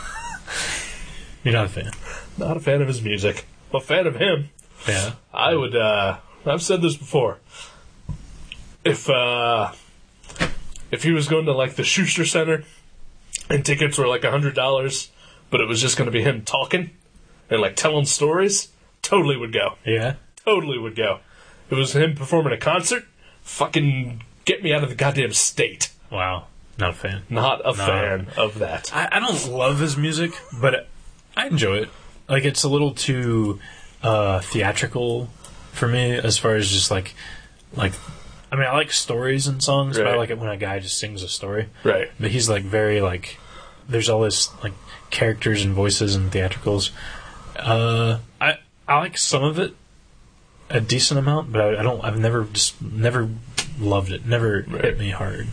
Speaker 4: You're not a fan.
Speaker 3: Not a fan of his music. I'm a fan of him.
Speaker 4: Yeah,
Speaker 3: I would. uh I've said this before. If uh if he was going to like the Schuster Center, and tickets were like a hundred dollars, but it was just going to be him talking and like telling stories, totally would go.
Speaker 4: yeah.
Speaker 3: Totally would go. It was him performing a concert. Fucking get me out of the goddamn state.
Speaker 4: Wow, not a fan.
Speaker 3: Not a fan of that.
Speaker 4: I, I don't love his music, but I enjoy it. Like it's a little too uh, theatrical for me, as far as just like like. I mean, I like stories and songs, but I
Speaker 3: Right.
Speaker 4: like it when a guy just sings a story.
Speaker 3: Right.
Speaker 4: But he's like very like. There's all this like characters and voices and theatricals. Uh, I I like some of it, a decent amount, but I, I don't. I've never just never loved it. Never
Speaker 3: Right.
Speaker 4: hit me hard.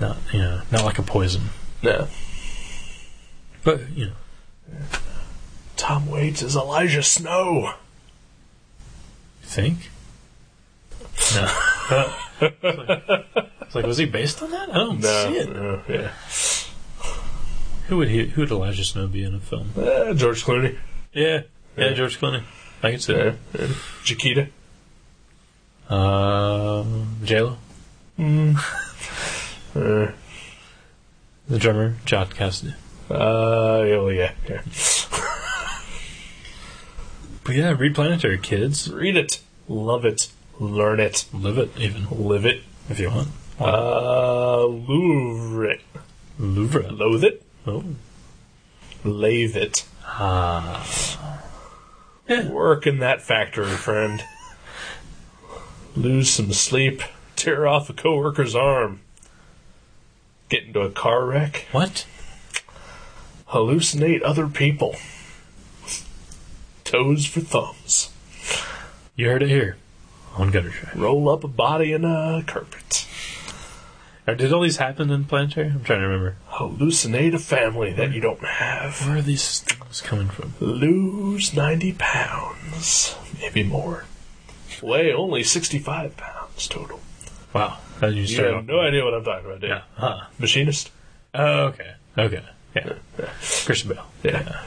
Speaker 4: Not you know, not like a poison.
Speaker 3: No.
Speaker 4: But you know,
Speaker 3: Tom Waits is Elijah Snow.
Speaker 4: think? No. It's like, it's like, was he based on that? Oh, I don't
Speaker 3: No,
Speaker 4: see it.
Speaker 3: no, yeah.
Speaker 4: Who would he? Who would Elijah Snow be in a film?
Speaker 3: Uh, George Clooney,
Speaker 4: Yeah, yeah,
Speaker 3: Yeah.
Speaker 4: George Clooney. I can see
Speaker 3: yeah,
Speaker 4: that.
Speaker 3: yeah. Chiquita.
Speaker 4: Um, J Lo,
Speaker 3: Uh,
Speaker 4: the drummer, John Cassidy.
Speaker 3: uh, yeah, well, yeah, yeah.
Speaker 4: But yeah, read Planetary, kids.
Speaker 3: Read it, love it, learn it,
Speaker 4: Live it, even
Speaker 3: live it.
Speaker 4: if you want.
Speaker 3: Uh, louvre it,
Speaker 4: Louvre.
Speaker 3: loathe it,
Speaker 4: Oh,
Speaker 3: lave it.
Speaker 4: ah,
Speaker 3: Work in that factory, friend. Lose some sleep. Tear off a coworker's arm. Get into a car wreck.
Speaker 4: what?
Speaker 3: Hallucinate other people. Toes for thumbs.
Speaker 4: You heard it here on Gutter Trash.
Speaker 3: Roll up a body in a carpet.
Speaker 4: Or Did all these happen in Planetary? I'm trying to remember.
Speaker 3: Hallucinate a family that you don't have.
Speaker 4: Where are these things coming from?
Speaker 3: Lose 90 pounds. Maybe more. Weigh only 65 pounds total.
Speaker 4: Wow. How did you
Speaker 3: You
Speaker 4: start
Speaker 3: have
Speaker 4: off-
Speaker 3: no idea what I'm talking about, dude.
Speaker 4: Yeah. Huh.
Speaker 3: Machinist?
Speaker 4: Oh, okay. Okay. Yeah. Christian Bale.
Speaker 3: Yeah.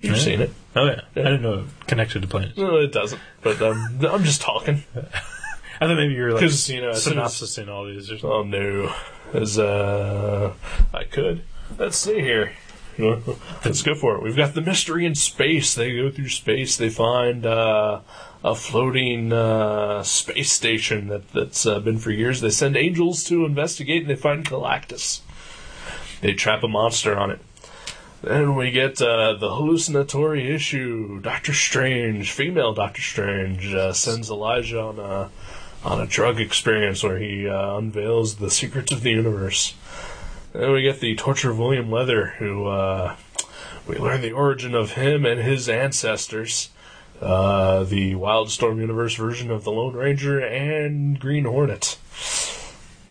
Speaker 3: You've
Speaker 4: Yeah.
Speaker 3: seen it.
Speaker 4: Oh yeah. I didn't know it connected to planets.
Speaker 3: No, it doesn't. But um, I'm just talking.
Speaker 4: I thought maybe you were like uh,
Speaker 3: 'Cause, you know, as soon as-
Speaker 4: synopsis in all these or something.
Speaker 3: Oh no, as uh, I could. Let's see here. [laughs] Let's go for it. We've got the mystery in space. They go through space. They find uh, a floating uh, space station that that's uh, been for years. They send angels to investigate, and they find Galactus. They trap a monster on it. Then we get uh, the hallucinatory issue. Doctor Strange, female Doctor Strange, uh, sends Elijah on a on a drug experience where he uh, unveils the secrets of the universe. Then we get the torture of William Leather, who uh, we learn the origin of him and his ancestors. Uh, the Wildstorm Universe version of the Lone Ranger and Green Hornet.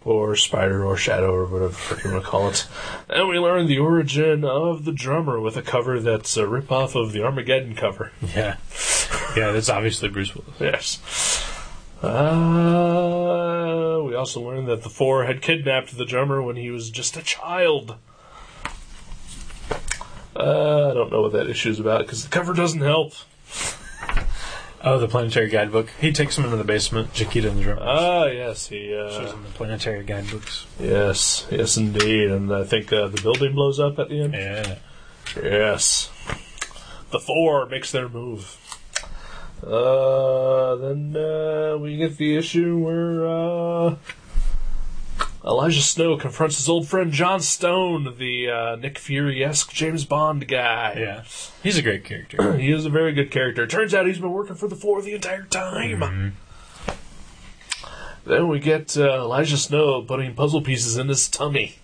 Speaker 3: Or Spider or Shadow or whatever you want to call it. And we learn the origin of the drummer with a cover that's a ripoff of the Armageddon cover.
Speaker 4: Yeah. Yeah, that's obviously Bruce Willis.
Speaker 3: Yes. Uh, we also learned that the four had kidnapped the drummer when he was just a child. Uh, I don't know what that issue is about because the cover doesn't help.
Speaker 4: Oh, the planetary guidebook. Uh, He takes him into the basement, Chiquita and the drummer.
Speaker 3: Ah, yes, he.
Speaker 4: shows
Speaker 3: Uh,
Speaker 4: him the planetary guidebooks.
Speaker 3: yes, yes, indeed. And I think uh, the building blows up at the end.
Speaker 4: Yeah.
Speaker 3: Yes. The four makes their move. Uh, then uh, we get the issue where uh, Elijah Snow confronts his old friend John Stone, the uh, Nick Fury esque James Bond guy.
Speaker 4: Yeah. He's a great character.
Speaker 3: He is a very good character. Turns out he's been working for the four the entire time. Then we get uh, Elijah Snow putting puzzle pieces in his tummy.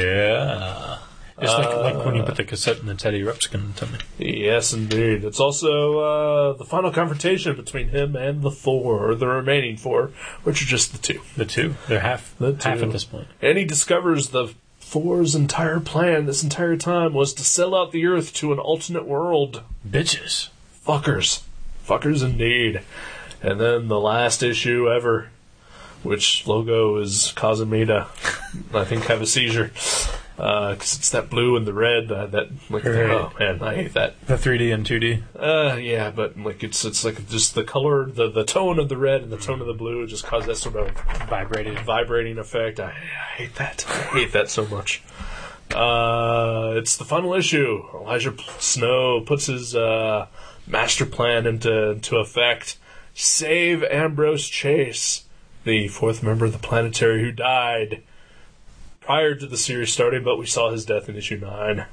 Speaker 4: yeah. Uh, It's like, like when you put the cassette in the Teddy Ruxpin tummy.
Speaker 3: Yes, indeed. It's also uh, the final confrontation between him and the four, or the remaining four, which are just the two.
Speaker 4: The two. They're half,
Speaker 3: The
Speaker 4: half
Speaker 3: two.
Speaker 4: at this point.
Speaker 3: And he discovers the four's entire plan this entire time was to sell out the Earth to an alternate world.
Speaker 4: Bitches.
Speaker 3: Fuckers. Fuckers, indeed. And then the last issue ever, which logo is causing me to, I think, have a seizure. Because it's that blue and the red. Uh, that like,
Speaker 4: Right.
Speaker 3: Oh, man, I hate that.
Speaker 4: The 3D and 2D.
Speaker 3: Uh, yeah, but like it's it's like just the color, the the tone of the red and the tone of the blue just cause that sort of
Speaker 4: Vibrated.
Speaker 3: vibrating effect. I, I hate that. I hate that so much. Uh, it's the final issue. Elijah P- Snow puts his uh, master plan into into effect. Save Ambrose Chase, the fourth member of the Planetary who died prior to the series starting, but we saw his death in issue nine.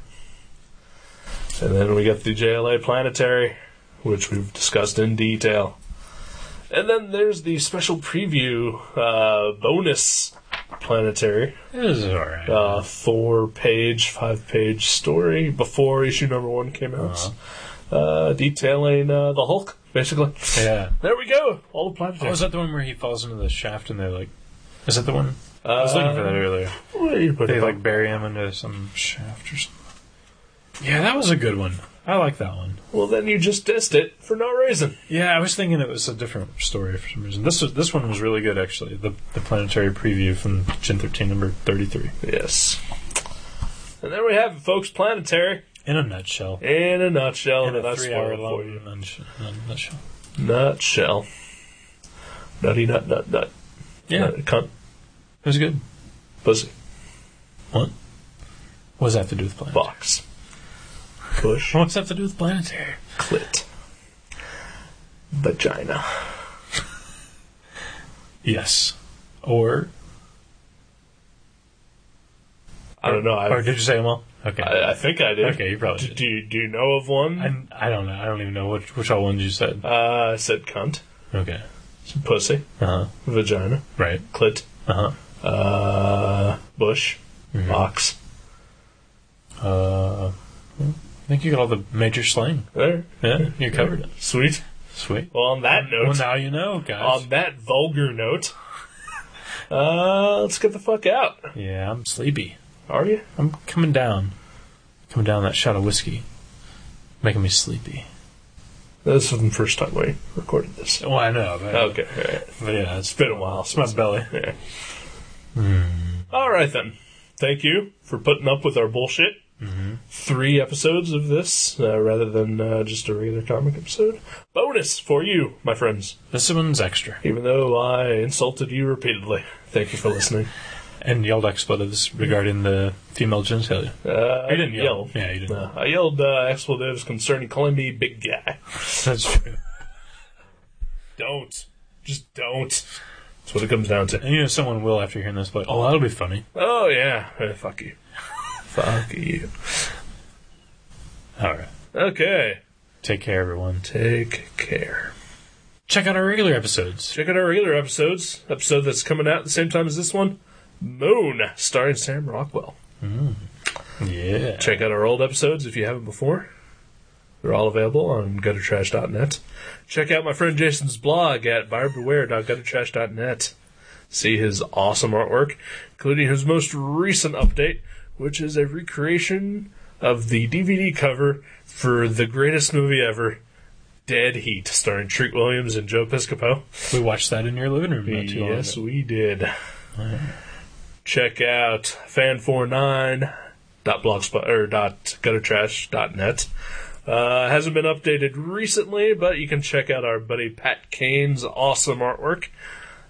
Speaker 3: And then we get the JLA Planetary, which we've discussed in detail. And then there's the special preview uh, bonus planetary,
Speaker 4: It was alright.
Speaker 3: uh, four page, five page story before issue number one came out,
Speaker 4: Uh-huh.
Speaker 3: uh, detailing uh, the Hulk, basically.
Speaker 4: yeah.
Speaker 3: There we go, all the
Speaker 4: Oh, is
Speaker 3: planetaries.
Speaker 4: that the one where he falls into the shaft and they're like. Is that the one? I was looking for
Speaker 3: Um,
Speaker 4: that earlier.
Speaker 3: Where you put
Speaker 4: They
Speaker 3: it?
Speaker 4: like bury him into some shaft or something. Yeah, that was a good one. I like that one.
Speaker 3: Well, then you just dissed it for no reason.
Speaker 4: Yeah, I was thinking it was a different story for some reason. This was, this one was really good actually. The the planetary preview from Gen 13 number 33.
Speaker 3: Yes. And there we have it, folks. Planetary
Speaker 4: In a nutshell.
Speaker 3: in a nutshell.
Speaker 4: In
Speaker 3: that I
Speaker 4: a three hour
Speaker 3: spoiled for you.
Speaker 4: long nutsh- uh, nutshell.
Speaker 3: Nutshell. Nutty nut nut nut.
Speaker 4: Yeah,
Speaker 3: Nut,
Speaker 4: it
Speaker 3: cunt.
Speaker 4: was good.
Speaker 3: Pussy.
Speaker 4: What? What does that have to do with planetary?
Speaker 3: Box. Push.
Speaker 4: What does that have to do with planetary?
Speaker 3: Clit. Vagina.
Speaker 4: Yes. Or
Speaker 3: I don't know.
Speaker 4: or
Speaker 3: I,
Speaker 4: did you say them all? Okay.
Speaker 3: I, I think I did.
Speaker 4: Okay, you
Speaker 3: Do,
Speaker 4: probably did.
Speaker 3: do, you, do you know of one?
Speaker 4: I, I don't know. I don't even know which which all ones you said.
Speaker 3: uh, I said cunt.
Speaker 4: Okay.
Speaker 3: Pussy.
Speaker 4: Uh huh.
Speaker 3: Vagina.
Speaker 4: Right.
Speaker 3: Clit.
Speaker 4: Uh
Speaker 3: Uh, bush.
Speaker 4: Mm-hmm.
Speaker 3: Box.
Speaker 4: huh. Uh. I think you got all the major slang.
Speaker 3: There.
Speaker 4: Yeah, you covered it.
Speaker 3: Sweet.
Speaker 4: Sweet.
Speaker 3: Well, on that note,
Speaker 4: Well, now you know, guys.
Speaker 3: on that vulgar note, uh, let's get the fuck out.
Speaker 4: yeah, I'm sleepy.
Speaker 3: Are you?
Speaker 4: I'm coming down. Coming down that shot of whiskey. Making me sleepy.
Speaker 3: This is the first time we recorded this.
Speaker 4: Well, I know, but,
Speaker 3: Okay. All right.
Speaker 4: but yeah, it's been a while. It's my belly.
Speaker 3: Yeah. All right then. Thank you for putting up with our bullshit. Three episodes of this, uh, rather than uh, just a regular comic episode. Bonus for you, my friends.
Speaker 4: This one's extra.
Speaker 3: Even though I insulted you repeatedly, thank you for listening.
Speaker 4: And yelled expletives regarding the female genitalia. [laughs]
Speaker 3: Uh, I
Speaker 4: You didn't yell. Yeah, you didn't.
Speaker 3: No, I yelled uh, expletives concerning calling me big guy.
Speaker 4: That's true.
Speaker 3: Don't, just don't. That's what it comes down to.
Speaker 4: And you know, someone will, after hearing this, be like, oh, that'll be funny.
Speaker 3: Oh yeah, Uh, fuck
Speaker 4: [laughs]
Speaker 3: you, fuck you.
Speaker 4: All right.
Speaker 3: Okay,
Speaker 4: Take care, everyone.
Speaker 3: take care.
Speaker 4: Check out our regular episodes.
Speaker 3: Check out our regular episodes. Episode that's coming out at the same time as this one, Moon, starring Sam Rockwell.
Speaker 4: Yeah.
Speaker 3: Check out our old episodes if you haven't before. They're all available on guttertrash.net. Check out my friend Jason's blog at buyerbeware.guttertrash.net. See his awesome artwork, including his most recent update, which is a recreation of the DVD cover for the greatest movie ever, Dead Heat, starring Treat Williams and Joe Piscopo.
Speaker 4: We watched that in your living room not too long ago.
Speaker 3: Yes, we did. Check out fan49.blogspot or dot guttertrash.net. Uh, hasn't been updated recently, but you can check out our buddy Pat Kane's awesome artwork,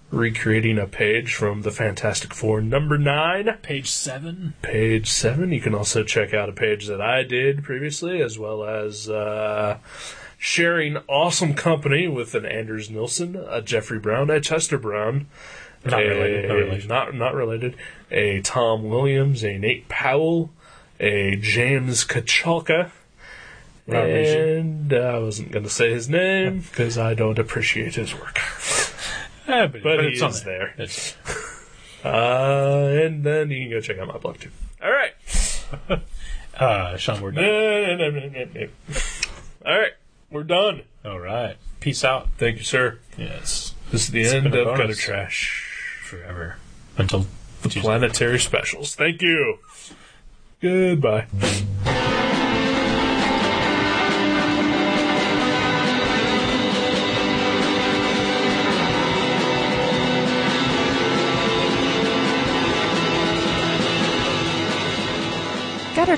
Speaker 3: recreating a page from the Fantastic Four number nine,
Speaker 4: Page 7.
Speaker 3: page seven. You can also check out a page that I did previously, as well as uh, sharing awesome company with an Anders Nilsson, a Jeffrey Brown, a Chester Brown,
Speaker 4: Not
Speaker 3: a-
Speaker 4: related. Not related.
Speaker 3: Not, not related. A Tom Williams, a Nate Powell, a James Kachalka.
Speaker 4: Rob Riggi.
Speaker 3: and I wasn't going to say his name
Speaker 4: [laughs]
Speaker 3: because I don't appreciate his work.
Speaker 4: Yeah, but,
Speaker 3: But
Speaker 4: but
Speaker 3: he
Speaker 4: it's on
Speaker 3: is
Speaker 4: there.
Speaker 3: there.
Speaker 4: It's-
Speaker 3: Uh, and then you can go check out my blog too. All right.
Speaker 4: uh, Sean, we're done.
Speaker 3: No, no, no, no, no, no. All right, we're done.
Speaker 4: All right. Peace out.
Speaker 3: Thank you, sir.
Speaker 4: Yes.
Speaker 3: This is the
Speaker 4: It's
Speaker 3: end
Speaker 4: been a
Speaker 3: of Gutter
Speaker 4: bonus.
Speaker 3: Trash
Speaker 4: Forever. Until
Speaker 3: the
Speaker 4: Tuesday.
Speaker 3: Planetary Specials. Thank you. Goodbye.
Speaker 5: Gutter